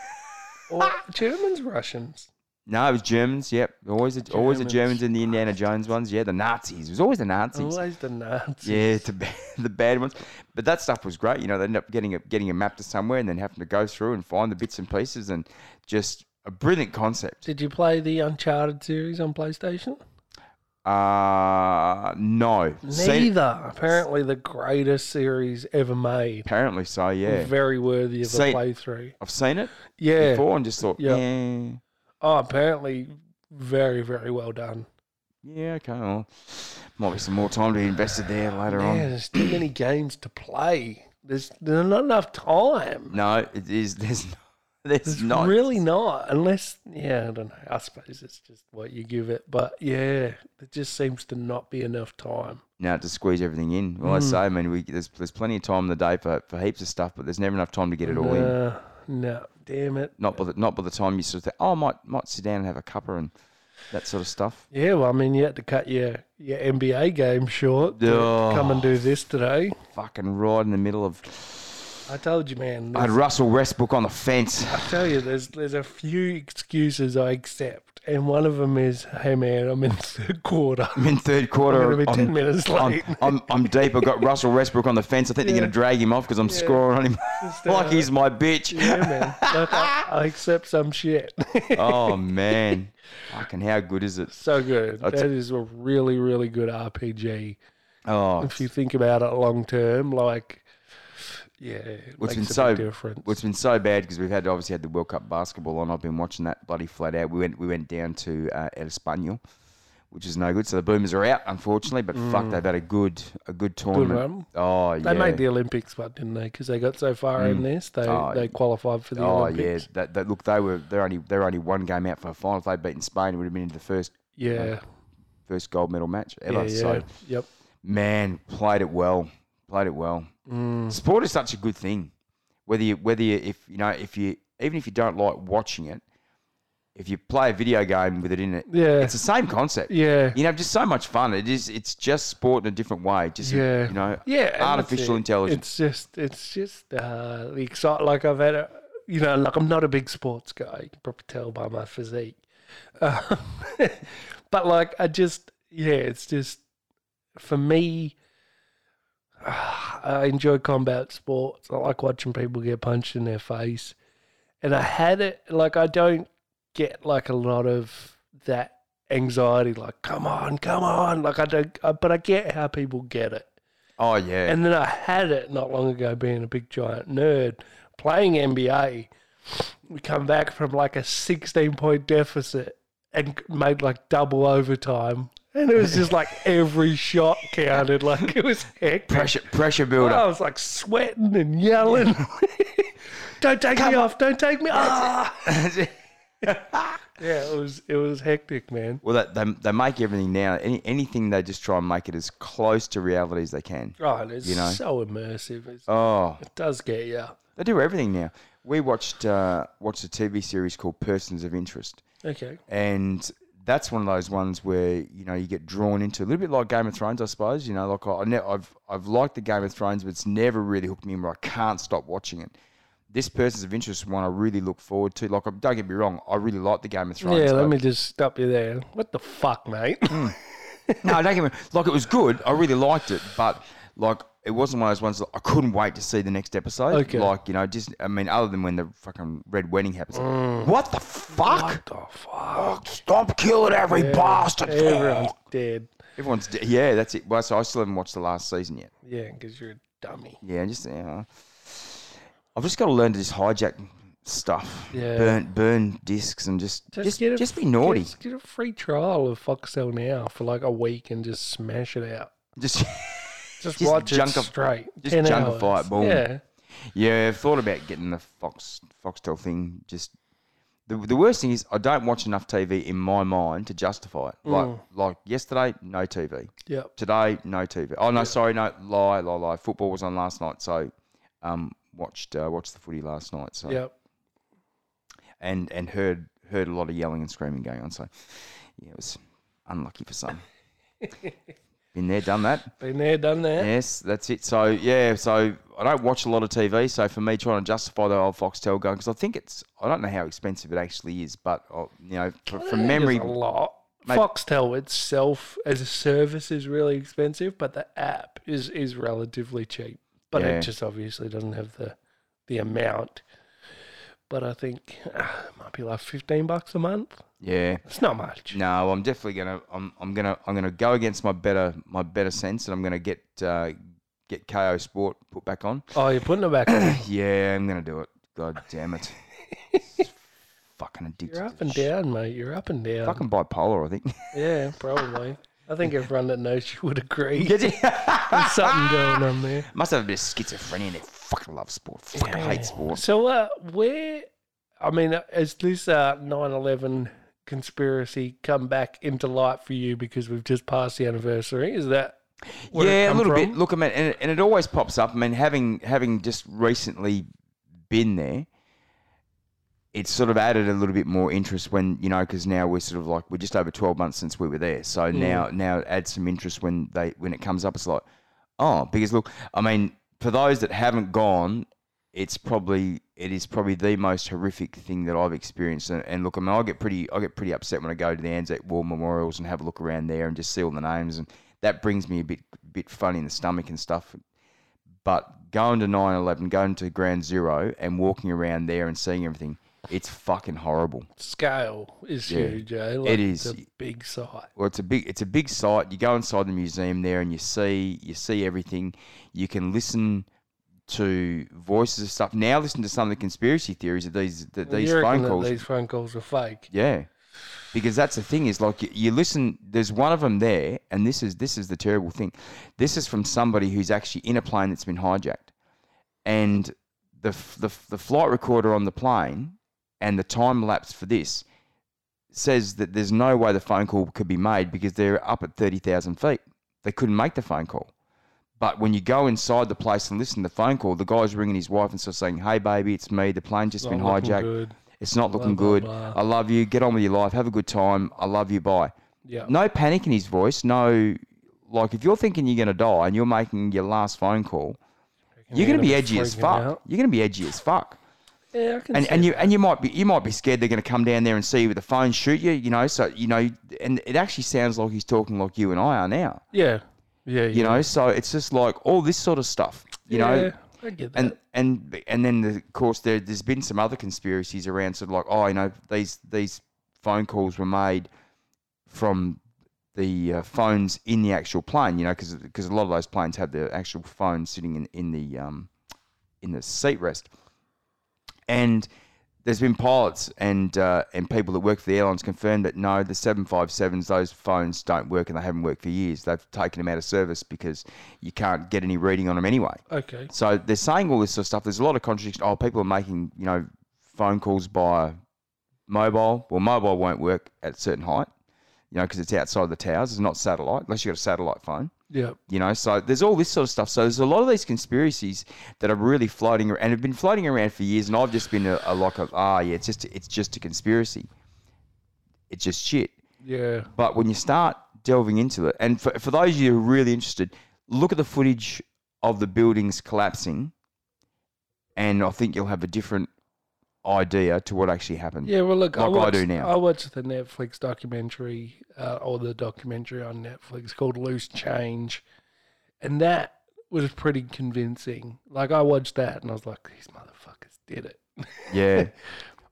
Speaker 1: Or Germans, Russians.
Speaker 2: No, it was Germans. Yep, always the, always the
Speaker 1: Germans.
Speaker 2: Germans and the Indiana Jones ones. Yeah, the Nazis. It was always the Nazis.
Speaker 1: Always the Nazis.
Speaker 2: Yeah, the, ba- <laughs> the bad ones. But that stuff was great. You know, they end up getting a, getting a map to somewhere and then having to go through and find the bits and pieces and just a brilliant concept.
Speaker 1: Did you play the Uncharted series on PlayStation?
Speaker 2: Uh, no. Seen-
Speaker 1: Neither. Apparently, the greatest series ever made.
Speaker 2: apparently so, yeah.
Speaker 1: Very worthy of
Speaker 2: Seen-
Speaker 1: a playthrough.
Speaker 2: I've seen it
Speaker 1: Yeah.
Speaker 2: before and just thought,
Speaker 1: Yeah.
Speaker 2: yeah,
Speaker 1: Oh, apparently, very, very well done.
Speaker 2: yeah, okay, well, might be some more time to be invested there later
Speaker 1: Yeah,
Speaker 2: on.
Speaker 1: there's too many games to play. There's, there's not enough time.
Speaker 2: No, <laughs> it is, there's, there's
Speaker 1: There's
Speaker 2: not.
Speaker 1: really not, unless yeah, I don't know. I suppose it's just what you give it, but yeah, it just seems to not be enough time.
Speaker 2: now to squeeze everything in. Well,
Speaker 1: Hmm.
Speaker 2: I say, I mean, we, there's, there's plenty of time in the day for, for heaps of stuff, but there's never enough time to get it all in.
Speaker 1: Uh, no, damn it.
Speaker 2: Not by the, not by the time you sort of think, oh, I might might sit down and have a cuppa and that sort of stuff.
Speaker 1: Yeah, well, I mean, you had to cut your your NBA game short to
Speaker 2: Oh.
Speaker 1: come and do this today.
Speaker 2: Fucking right in the middle of.
Speaker 1: I told you, man.
Speaker 2: I had
Speaker 1: there's-
Speaker 2: Russell Westbrook on the fence.
Speaker 1: I tell you, there's there's a few excuses I accept, and one of them is, "Hey man, I'm in third <laughs> quarter.
Speaker 2: <laughs> I'm in third quarter.
Speaker 1: gonna be 10 minutes late.
Speaker 2: I'm, I'm, I'm deep.
Speaker 1: <laughs>
Speaker 2: I've got Russell Westbrook on the fence. I think they're going to drag him off because I'm scoring on him <laughs> like he's my bitch.
Speaker 1: uh, yeah, man, like, I, I accept some shit."
Speaker 2: <laughs>
Speaker 1: <laughs>
Speaker 2: Oh, man. Fucking how good is it?
Speaker 1: so good.
Speaker 2: That's-
Speaker 1: that is a really, really good RPG.
Speaker 2: Oh,
Speaker 1: If you think about it long term, like, yeah, it
Speaker 2: What's
Speaker 1: makes
Speaker 2: been
Speaker 1: a big
Speaker 2: so
Speaker 1: difference.
Speaker 2: What's been so bad because we've had obviously had the World Cup basketball on. I've been watching that bloody flat out. We went we went down to uh, El Espanol, which is no good. So the Boomers are out, unfortunately. But fuck, they've had a good a good tournament.
Speaker 1: one.
Speaker 2: Oh yeah,
Speaker 1: Mm. They made the Olympics, but didn't they? Because they got so far in this, they
Speaker 2: Oh,
Speaker 1: they qualified for the
Speaker 2: oh
Speaker 1: Olympics.
Speaker 2: yeah. That, that look they were they're only they're only one game out for a final. If they beaten Spain, it would have been the first
Speaker 1: Yeah, yeah,
Speaker 2: first gold medal match ever.
Speaker 1: yeah.
Speaker 2: Oh, So
Speaker 1: yep.
Speaker 2: man, played it well. Played it well.
Speaker 1: Mm.
Speaker 2: Sport is such a good thing. Whether you, whether you, if you know, if you, even if you don't like watching it, if you play a video game with it in it,
Speaker 1: Yeah.
Speaker 2: it's the same concept.
Speaker 1: Yeah.
Speaker 2: you know, just so much fun. It is. It's just sport in a different way. Just
Speaker 1: Yeah.
Speaker 2: you know,
Speaker 1: Yeah, and that's
Speaker 2: artificial
Speaker 1: it.
Speaker 2: intelligence.
Speaker 1: It's just, it's just uh, the excite. Like I've had a, you know, like I'm not a big sports guy. You can probably tell by my physique. Um, <laughs> but like I just, yeah, it's just for me. <sighs> ah, I enjoy combat sports. I like watching people get punched in their face, and I had it. Like I don't get like a lot of that anxiety. Like come on, come on. Like I don't, I, but I get how people get it.
Speaker 2: Oh yeah,
Speaker 1: And then I had it not long ago being a big giant nerd playing NBA. We come back from like a 16 point deficit and made like double overtime. And it was just like every shot counted. Like it was hectic.
Speaker 2: pressure pressure builder.
Speaker 1: I was like sweating and yelling. <laughs> don't take me off. Don't take me
Speaker 2: Ah. <laughs>
Speaker 1: off. <laughs> Yeah, it was, it was hectic, man.
Speaker 2: well, that, they they make everything now. Any, anything they just try and make it as close to reality as they can.
Speaker 1: Right. It's
Speaker 2: You know.
Speaker 1: so immersive. It's,
Speaker 2: Oh,
Speaker 1: it does get you.
Speaker 2: They do everything now. We watched uh, watched a TV series called Persons of Interest,
Speaker 1: Okay.
Speaker 2: and that's one of those ones where you know you get drawn into a little bit like Game of Thrones, I suppose. You know, like I, I ne- I've I've liked the Game of Thrones, but it's never really hooked me in where I can't stop watching it. This Persons of Interest one I really look forward to. Like, don't get me wrong, I really like the Game of Thrones.
Speaker 1: Yeah,
Speaker 2: but-
Speaker 1: let me just stop you there. What the fuck, mate?
Speaker 2: No, don't get me like it was good. I really liked it, but like it wasn't one of those ones that I couldn't wait to see the next episode.
Speaker 1: Okay.
Speaker 2: Like you know, just I mean, other than when the fucking red wedding happens.
Speaker 1: Mm.
Speaker 2: What the fuck? Oh, stop killing every bastard!
Speaker 1: Everyone's
Speaker 2: Fuck.
Speaker 1: dead.
Speaker 2: Everyone's de- yeah, that's it. Well, so I still haven't watched the last season yet.
Speaker 1: Yeah, because you're a dummy.
Speaker 2: Yeah, just you know, I've just got to learn to just hijack stuff.
Speaker 1: Yeah.
Speaker 2: burn burn discs and just just just,
Speaker 1: a-
Speaker 2: be naughty.
Speaker 1: Just get a free trial of Foxtel now for like a week and just smash it out.
Speaker 2: Just <laughs>
Speaker 1: Just,
Speaker 2: Just
Speaker 1: watch
Speaker 2: junk
Speaker 1: it
Speaker 2: a-
Speaker 1: straight.
Speaker 2: just
Speaker 1: 10
Speaker 2: junkify
Speaker 1: hours.
Speaker 2: it, boom.
Speaker 1: Yeah.
Speaker 2: Yeah, I've thought about getting the Fox Foxtel thing. Just the, the worst thing is I don't watch enough TV in my mind to justify it. Like like yesterday, no TV.
Speaker 1: Yep.
Speaker 2: Today, no TV. Oh no, sorry, no lie, lie, lie. Football was on last night, so um watched uh, watched the footy last night. So
Speaker 1: Yep.
Speaker 2: and and heard heard a lot of yelling and screaming going on. So yeah, it was unlucky for some. Been there, done that.
Speaker 1: Been there, done <laughs> that.
Speaker 2: Yes, that's it. So yeah, so I don't watch a lot of TV. So for me, trying to justify the old Foxtel going because I think it's I don't know how expensive it actually is, but uh, you know fr- from memory,
Speaker 1: There's a lot.
Speaker 2: Mate-
Speaker 1: Foxtel itself as a service is really expensive, but the app is is relatively cheap. But
Speaker 2: Yeah.
Speaker 1: it just obviously doesn't have the the amount. But I think <sighs> ah, it might be like fifteen bucks a month.
Speaker 2: yeah.
Speaker 1: It's not much.
Speaker 2: No, I'm definitely gonna I'm, I'm gonna I'm gonna go against my better my better sense, and I'm gonna get uh, get KO Sport put back on.
Speaker 1: Oh, you're putting it back
Speaker 2: <coughs>
Speaker 1: on.
Speaker 2: Yeah, I'm gonna do it. God
Speaker 1: <laughs>
Speaker 2: damn it! fucking addicted.
Speaker 1: You're
Speaker 2: to
Speaker 1: up and
Speaker 2: this
Speaker 1: down, mate. You're up and down.
Speaker 2: shit. Fucking bipolar, I think. <laughs>
Speaker 1: Yeah, probably. I think everyone that knows you would
Speaker 2: <laughs>
Speaker 1: agree.
Speaker 2: Did you?
Speaker 1: There's something going on there.
Speaker 2: Must have a bit of schizophrenia. in there. fucking love sport. Fucking hate sport.
Speaker 1: So, uh, where, I mean, uh, has this uh, 9/11 conspiracy come back into light for you because we've just passed the anniversary? Is that where it
Speaker 2: yeah, a
Speaker 1: come
Speaker 2: little bit.
Speaker 1: from?
Speaker 2: Look, I mean, and, it- and it always pops up. I mean, having having just recently been there, it's sort of added a little bit more interest when you know because now we're sort of like we're just over twelve months since we were there. So now now it adds some interest when they when it comes up. It's like oh, because look, I mean, for those that haven't gone it's probably it is probably the most horrific thing that I've experienced. And, and look, I mean, I get pretty I get pretty upset when I go to the Anzac War memorials and have a look around there and just see all the names, and that brings me a bit bit funny in the stomach and stuff. But going to 9/11, going to Ground Zero, and walking around there and seeing everything, it's fucking horrible.
Speaker 1: Scale is
Speaker 2: Yeah.
Speaker 1: huge, eh?
Speaker 2: It is.
Speaker 1: It's a big site.
Speaker 2: Well, it's a big it's a big site. You go inside the museum there, and you see you see everything. You can listen to voices of stuff. Now listen to some of the conspiracy theories of these that these
Speaker 1: You reckon
Speaker 2: phone
Speaker 1: that
Speaker 2: calls.
Speaker 1: These phone calls are fake.
Speaker 2: Yeah, because that's the thing is like you, you listen. There's one of them there, and this is this is the terrible thing. This is from somebody who's actually in a plane that's been hijacked, and the f- the f- the flight recorder on the plane and the time lapse for this says that there's no way the phone call could be made because they're up at thirty thousand feet. They couldn't make the phone call. But when you go inside the place and listen to the phone call, the guy's ringing his wife and sort of saying, "Hey, baby, it's me. The plane's just been
Speaker 1: looking
Speaker 2: hijacked.
Speaker 1: good.
Speaker 2: It's not looking
Speaker 1: blah,
Speaker 2: good.
Speaker 1: blah.
Speaker 2: I love you. Get on with your life. Have a good time. I love you. Bye.
Speaker 1: Yeah.
Speaker 2: No panic in his voice. No, like if you're thinking you're going to die and you're making your last phone call, you're going to be
Speaker 1: gonna be
Speaker 2: edgy as
Speaker 1: freaking
Speaker 2: fuck.
Speaker 1: out.
Speaker 2: You're going to be edgy as
Speaker 1: <laughs>
Speaker 2: fuck.
Speaker 1: Yeah, I can
Speaker 2: And
Speaker 1: see
Speaker 2: and you and you might be you might be scared they're going to come down there and see you with a phone shoot you. You know, so you know, and it actually sounds like he's talking like you and I are now.
Speaker 1: Yeah. Yeah.
Speaker 2: You know, so it's just like all this sort of stuff. You know,
Speaker 1: yeah, I get that.
Speaker 2: and and and then the, of course there, there's been some other conspiracies around sort of like oh you know these these phone calls were made from the uh, phones in the actual plane you know because a lot of those planes have the actual phone sitting in in the um, in the seat rest and there's been pilots and uh, and people that work for the airlines confirmed that no, the 757s, those phones don't work and they haven't worked for years. They've taken them out of service because you can't get any reading on them anyway.
Speaker 1: okay.
Speaker 2: So they're saying all this sort of stuff. There's a lot of contradiction. Oh, people are making you know phone calls by mobile. Well, mobile won't work at a certain height, you know, because it's outside the towers. It's not satellite unless you've got a satellite phone.
Speaker 1: Yeah.
Speaker 2: You know, so there's all this sort of stuff. So there's a lot of these conspiracies that are really floating ar- and have been floating around for years. And I've just been a, a like of ah yeah, it's just it's just a conspiracy. It's just shit.
Speaker 1: Yeah.
Speaker 2: But when you start delving into it, and for, for those of you who are really interested, look at the footage of the buildings collapsing, and I think you'll have a different idea to what actually happened.
Speaker 1: Yeah, well, look, I,
Speaker 2: Like I
Speaker 1: watched,
Speaker 2: do
Speaker 1: I
Speaker 2: now.
Speaker 1: watched the Netflix documentary uh, or the documentary on Netflix called Loose Change, and that was pretty convincing. Like, I watched that and I was like, these motherfuckers did it. <laughs>
Speaker 2: Yeah.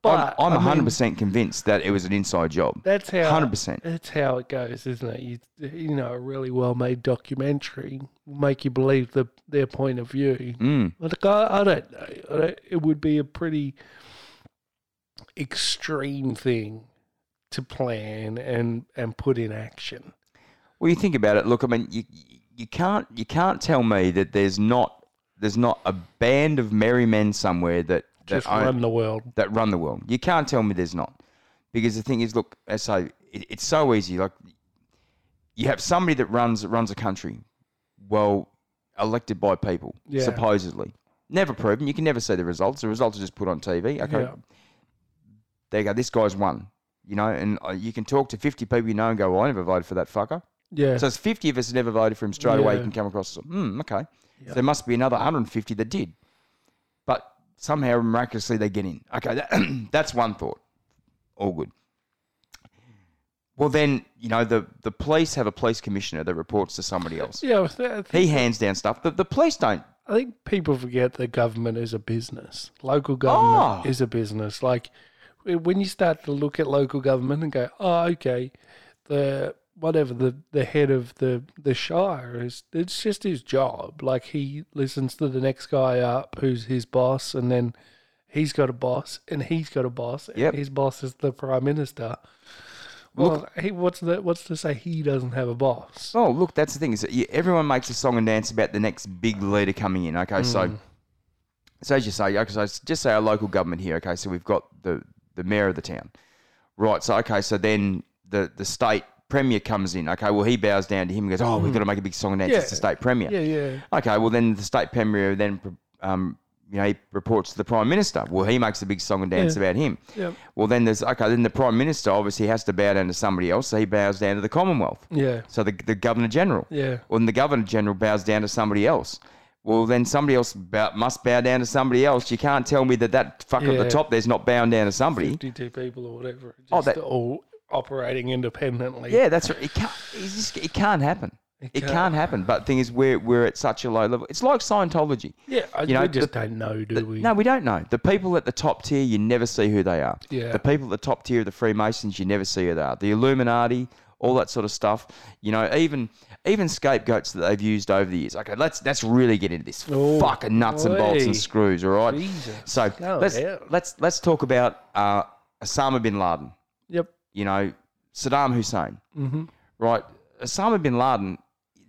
Speaker 1: But,
Speaker 2: I'm,
Speaker 1: I
Speaker 2: I'm
Speaker 1: mean-
Speaker 2: 100% convinced that it was an inside job.
Speaker 1: That's how
Speaker 2: 100%.
Speaker 1: That's how it goes, isn't it? You, you know, a really well made documentary will make you believe the, their point of view.
Speaker 2: Mm.
Speaker 1: Like I, I don't know. I don't- It would be a pretty extreme thing to plan and and put in action.
Speaker 2: Well, you think about it. Look, I mean, you you can't you can't tell me that there's not there's not a band of merry men somewhere that that
Speaker 1: Just
Speaker 2: own-
Speaker 1: run the world.
Speaker 2: that run the world. You can't tell me there's not, because the thing is, look, as I say it, it's so easy. Like you have somebody that runs runs a country, well elected by people,
Speaker 1: Yeah.
Speaker 2: supposedly, never proven. You can never see the results. The results are just put on TV. Okay,
Speaker 1: Yeah.
Speaker 2: there you go. This guy's won. You know, and uh, you can talk to fifty people you know and go, well, "I never voted for that fucker."
Speaker 1: Yeah.
Speaker 2: So it's 50 of us that never voted for him straight away. You
Speaker 1: Yeah.
Speaker 2: can come across as, hmm, okay. So there must be another 150 that did. But somehow, miraculously, they get in. Okay, that, <clears throat> that's one thought. All good. Well, then, you know, the, the police have a police commissioner that reports to
Speaker 1: <laughs>
Speaker 2: somebody else.
Speaker 1: yeah, I th- I think,
Speaker 2: He hands down stuff. The, the police don't.
Speaker 1: I think people forget that government is a business. Local government
Speaker 2: Oh.
Speaker 1: is a business. Like w- when you start to look at local government and go, oh, okay, the whatever the, the head of the, the shire is, it's just his job. Like he listens to the next guy up who's his boss, and then he's got a boss, and he's got a boss, and
Speaker 2: Yep.
Speaker 1: his boss is the prime minister. Well, he, what's the, what's to say he doesn't have a boss?
Speaker 2: Oh, look, that's the thing. Is that you, everyone makes a song and dance about the next big leader coming in. Okay, so
Speaker 1: Mm.
Speaker 2: so as you say, okay, so it's just say our local government here. Okay, so we've got the the mayor of the town, right? So okay, so then the the state premier comes in. Okay, well he bows down to him and goes, "Oh, we've got to make a big song and dance." It's the state premier.
Speaker 1: Mm. Yeah, yeah.
Speaker 2: Okay, well then the state premier then um, you know he reports to the prime minister. Well, he makes a big song and dance about him.
Speaker 1: Yep.
Speaker 2: Well, then there's okay. Then the prime minister obviously has to bow down to somebody else, so he bows down to the Commonwealth.
Speaker 1: Yeah.
Speaker 2: So the, the governor general.
Speaker 1: Yeah.
Speaker 2: When the governor general bows down to somebody else. Well, then somebody else bow, must bow down to somebody else. You can't tell me that that fuck at
Speaker 1: Yeah.
Speaker 2: the top there's not bowing down to somebody.
Speaker 1: 52 people or whatever. Just
Speaker 2: Oh, that-
Speaker 1: all operating independently.
Speaker 2: Yeah, that's right. It can't. It's just, it can't happen. It, can't. happen. But thing is, we're we're at such a low level. It's like Scientology.
Speaker 1: Yeah, I,
Speaker 2: You know,
Speaker 1: we just
Speaker 2: the-
Speaker 1: don't know, do
Speaker 2: The-
Speaker 1: we?
Speaker 2: No, we don't know. The people at the top tier, you never see who they are.
Speaker 1: Yeah.
Speaker 2: The people at the top tier of the Freemasons, you never see who they are. The Illuminati, all that sort of stuff. You know, even even scapegoats that they've used over the years. Okay, let's let's really get into this
Speaker 1: Oh,
Speaker 2: fucking nuts and bolts
Speaker 1: oi.
Speaker 2: and screws. All right.
Speaker 1: Jesus.
Speaker 2: So
Speaker 1: Go
Speaker 2: let's
Speaker 1: out.
Speaker 2: let's let's talk about uh, Osama bin Laden.
Speaker 1: Yep.
Speaker 2: You know, Saddam Hussein. Mm-hmm. Right. Osama bin Laden.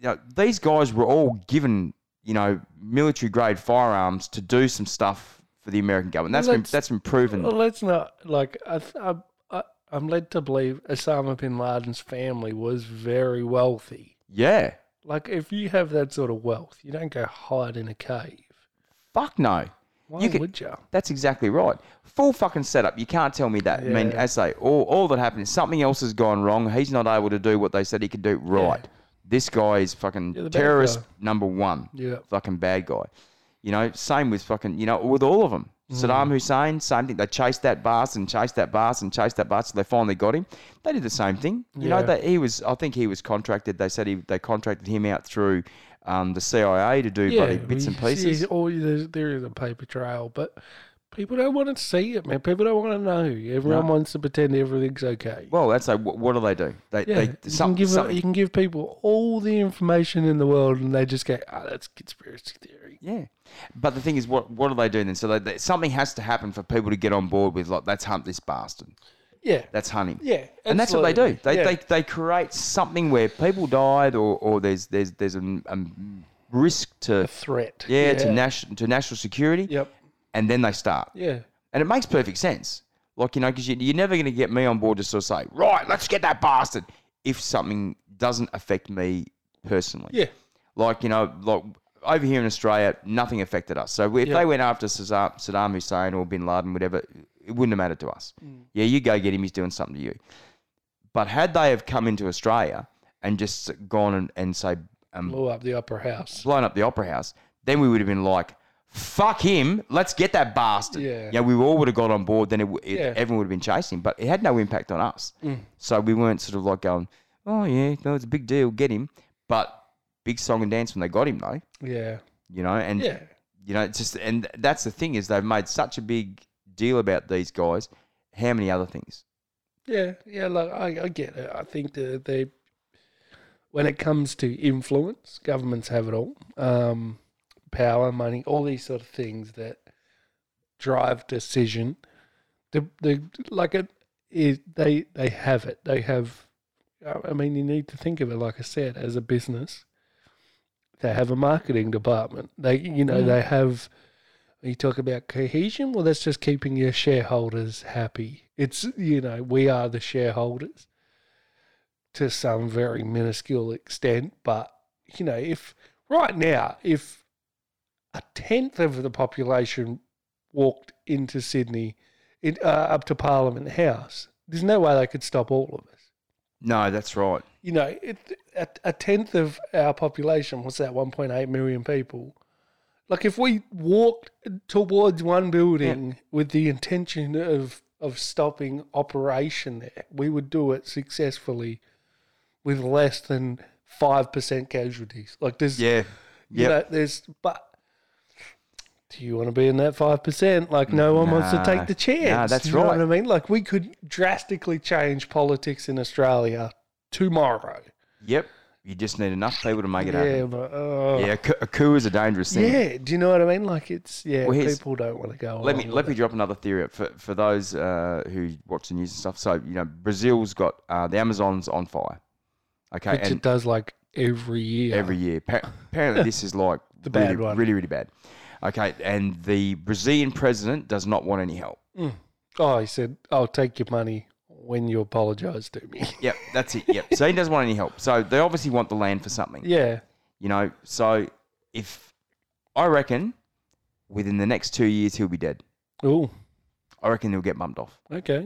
Speaker 2: You know, these guys were all given you know military grade firearms to do some stuff for the American government. That's been
Speaker 1: Let's-
Speaker 2: that's been proven.
Speaker 1: Well, let's not like I, th- I, I, I'm led to believe Osama bin Laden's family was very wealthy.
Speaker 2: yeah.
Speaker 1: Like, if you have that sort of wealth, you don't go hide in a cave.
Speaker 2: Fuck no.
Speaker 1: Why
Speaker 2: You could-
Speaker 1: would you?
Speaker 2: That's exactly right. Full fucking setup. You can't tell me that. I mean,
Speaker 1: Yeah.
Speaker 2: as they all, all that happened is something else has gone wrong. He's not able to do what they said he could do. Right. This guy is fucking
Speaker 1: You're the bad
Speaker 2: terrorist
Speaker 1: guy.
Speaker 2: number one.
Speaker 1: Yeah.
Speaker 2: Fucking bad guy. You know, same with fucking, you know, with all of them.
Speaker 1: Mm.
Speaker 2: Saddam Hussein, same thing. They chased that bastard and chased that bastard and chased that bastard. They finally got him. They did the same thing. You
Speaker 1: Yeah.
Speaker 2: know, they, he was, I think he was contracted. They said he, they contracted him out through um, the CIA to do bloody bits and
Speaker 1: we see
Speaker 2: pieces.
Speaker 1: All there's, there is a paper trail, but people don't want to see it, man. People don't want to know. Everyone wants to pretend everything's okay.
Speaker 2: Well, that's like, what, what do they do? They,
Speaker 1: yeah,
Speaker 2: they
Speaker 1: you,
Speaker 2: some-
Speaker 1: can give,
Speaker 2: some-
Speaker 1: you can give people all the information in the world, and they just go, "Ah, that's conspiracy theory."
Speaker 2: yeah. But the thing is, what what do they do then? So they, they, something has to happen for people to get on board with like, let's hunt this bastard,
Speaker 1: Yeah,
Speaker 2: let's hunt him.
Speaker 1: yeah,
Speaker 2: And that's what they do. They,
Speaker 1: yeah.
Speaker 2: they, they create something where people died or, or there's there's there's a, a risk to
Speaker 1: threat.
Speaker 2: yeah, to national to national security.
Speaker 1: Yep.
Speaker 2: And then they start.
Speaker 1: Yeah.
Speaker 2: And it makes perfect sense. Like, you know, because you, you're never going to get me on board to sort of say, right, let's get that bastard if something doesn't affect me personally.
Speaker 1: Yeah.
Speaker 2: Like, you know, like over here in Australia, nothing affected us. So if they went after Saddam Saddam Hussein or bin Laden, whatever, it wouldn't have mattered to us. Yeah, you go get him, he's doing something to you. But had they have come into Australia and just gone and, and say, um,
Speaker 1: Blew up the upper house.
Speaker 2: blown up the opera house, then we would have been like, "Fuck him! Let's get that bastard!"
Speaker 1: Yeah.
Speaker 2: yeah. We all would have got on board. Then it, w- it,
Speaker 1: Yeah. Mm.
Speaker 2: everyone would have been chasing, him, but it had no impact on us. So we weren't sort of like going, "Oh yeah, no, it's a big deal, get him." But big song and dance when they got him, though.
Speaker 1: Yeah.
Speaker 2: You know, and
Speaker 1: Yeah.
Speaker 2: you know, it's just and that's the thing is they've made such a big deal about these guys. How many other things?
Speaker 1: Yeah. Yeah. Like, I, I get it. I think that they, when it comes to influence, governments have it all um, power, money, all these sort of things that drive decision. The, the, like it, it, they, they have it. They have, uh, I- I mean, you need to think of it, like I said, as a business. They have a marketing department. They, you know, they have You talk about cohesion. Well, that's just keeping your shareholders happy. It's, you know, we are the shareholders to some very minuscule extent. But, you know, if right now, if a tenth of the population walked into Sydney in, uh, up to Parliament House, there's no way they could stop all of us.
Speaker 2: No, that's right.
Speaker 1: You know, it, a, a tenth of our population, what's that, 1.8 million people? Like if we walked towards one building with the intention of of stopping operation there, we would do it successfully with less than five percent casualties. Like there's
Speaker 2: Yeah,
Speaker 1: you
Speaker 2: yeah.
Speaker 1: know, there's but do you want to be in that five percent? Like no one wants to
Speaker 2: Nah.
Speaker 1: take the chance.
Speaker 2: Nah, that's
Speaker 1: you know
Speaker 2: right.
Speaker 1: what I mean? Like we could drastically change politics in Australia tomorrow.
Speaker 2: Yep. You just need enough people to make it
Speaker 1: Yeah,
Speaker 2: happen.
Speaker 1: but uh,
Speaker 2: Yeah, a coup- a coup is a dangerous thing.
Speaker 1: yeah. Do you know what I mean? Like it's yeah,
Speaker 2: Well, here's-
Speaker 1: people don't want to go.
Speaker 2: let me
Speaker 1: along
Speaker 2: let
Speaker 1: with
Speaker 2: me drop another theory for for those uh, who watch the news and stuff. So you know, Brazil's got uh, the Amazon's on fire. Okay,
Speaker 1: which it
Speaker 2: and
Speaker 1: does like every year.
Speaker 2: every year. Pa- apparently, this is like
Speaker 1: <laughs> The
Speaker 2: really,
Speaker 1: bad one.
Speaker 2: really really bad. Okay, and the Brazilian president does not want any help.
Speaker 1: oh, he said, "I'll take your money when you apologize to me." <laughs>
Speaker 2: Yep, that's it. Yep. so he doesn't want any help. So they obviously want the land for something.
Speaker 1: yeah,
Speaker 2: You know, so if I reckon within the next two years he'll be dead.
Speaker 1: oh,
Speaker 2: I reckon he'll get bumped off.
Speaker 1: okay,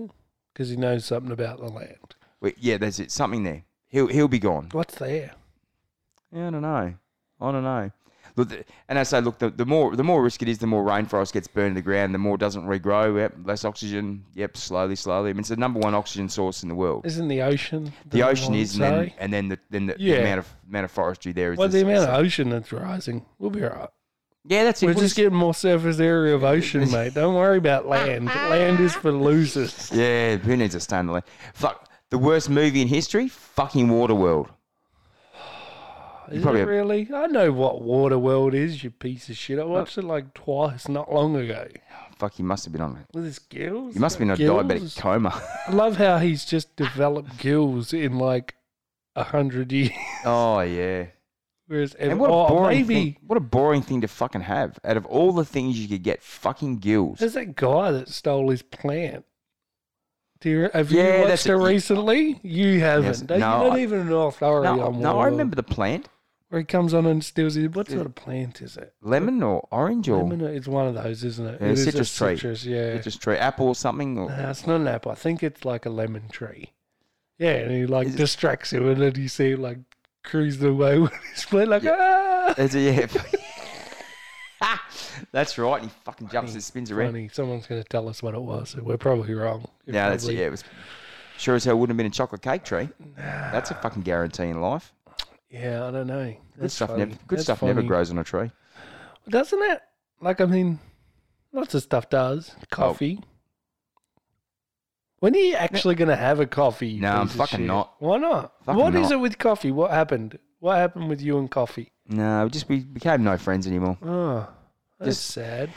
Speaker 1: because he knows something about the land.
Speaker 2: Wait, yeah, there's it. Something there. He'll he'll be gone.
Speaker 1: What's there?
Speaker 2: Yeah, I don't know. I don't know. Look, the- and I say, look, the, the more the more risk it is, the more rainforest gets burned to the ground, the more it doesn't regrow. Yep, less oxygen. Yep, slowly, slowly. I mean, it's the number one oxygen source in the world.
Speaker 1: Isn't the ocean?
Speaker 2: the ocean
Speaker 1: one,
Speaker 2: is, and then,
Speaker 1: sorry?
Speaker 2: and then the then the,
Speaker 1: Yeah.
Speaker 2: the amount of amount of forestry there is.
Speaker 1: Well, the
Speaker 2: this-
Speaker 1: amount of ocean that's rising, we'll be all right.
Speaker 2: yeah, that's it.
Speaker 1: We're
Speaker 2: What
Speaker 1: just
Speaker 2: is-
Speaker 1: getting more surface area of
Speaker 2: <laughs>
Speaker 1: ocean, mate. Don't worry about land. land is for losers.
Speaker 2: yeah, who needs a stand alone? Fuck the worst movie in history, fucking Waterworld.
Speaker 1: Is it
Speaker 2: probably have-
Speaker 1: really? I know what Waterworld is, you piece of shit. I watched it like twice not long ago.
Speaker 2: Fuck, you must have been on it.
Speaker 1: With his gills?
Speaker 2: You must have been in a
Speaker 1: Gills?
Speaker 2: diabetic coma. <laughs>
Speaker 1: I love how he's just developed gills in like a hundred years. <laughs>
Speaker 2: oh yeah.
Speaker 1: Whereas ev-
Speaker 2: And what a
Speaker 1: oh,
Speaker 2: boring
Speaker 1: maybe
Speaker 2: thing! What a boring thing to fucking have. Out of all the things you could get, fucking gills.
Speaker 1: there's that guy that stole his plant. Do you, have
Speaker 2: Yeah,
Speaker 1: you
Speaker 2: that's
Speaker 1: watched her
Speaker 2: it.
Speaker 1: recently? You haven't.
Speaker 2: Yes.
Speaker 1: Don't-
Speaker 2: No,
Speaker 1: You're not
Speaker 2: I-
Speaker 1: even an authority
Speaker 2: no,
Speaker 1: on
Speaker 2: no, I
Speaker 1: Waterworld.
Speaker 2: remember the plant.
Speaker 1: where he comes on and steals it. What sort of plant is it?
Speaker 2: Lemon or orange or
Speaker 1: Lemon- It's one of those, isn't it?
Speaker 2: Yeah,
Speaker 1: It is a
Speaker 2: citrus tree.
Speaker 1: Citrus, yeah.
Speaker 2: citrus tree, apple or something.
Speaker 1: <laughs>
Speaker 2: Or,
Speaker 1: No, it's not an apple. I think it's like a lemon tree. Yeah, and he like
Speaker 2: Is it-
Speaker 1: distracts him, and then you see him like cruising away <laughs> with his plant, like ah.
Speaker 2: That's it, yeah. <laughs> That's right. And he fucking jumps and spins around.
Speaker 1: Funny. Someone's going to tell us what it was. so we're probably wrong. It
Speaker 2: Yeah, that's
Speaker 1: probably-
Speaker 2: yeah. It was sure as hell wouldn't have been a chocolate cake tree. That's a fucking guarantee in life.
Speaker 1: Yeah, I don't know.
Speaker 2: Good stuff never. Good
Speaker 1: That's
Speaker 2: stuff never
Speaker 1: funny.
Speaker 2: grows on a tree.
Speaker 1: doesn't it? Like, I mean, lots of stuff does.
Speaker 2: Oh.
Speaker 1: Coffee. When are you actually going to have a coffee? you
Speaker 2: No, I'm
Speaker 1: piece of
Speaker 2: fucking
Speaker 1: shit?
Speaker 2: not.
Speaker 1: Why not? What
Speaker 2: Fucking
Speaker 1: is
Speaker 2: not.
Speaker 1: it with coffee? What happened? What happened with you and coffee?
Speaker 2: No, we just we became no friends anymore.
Speaker 1: Oh, that's
Speaker 2: Just-
Speaker 1: sad.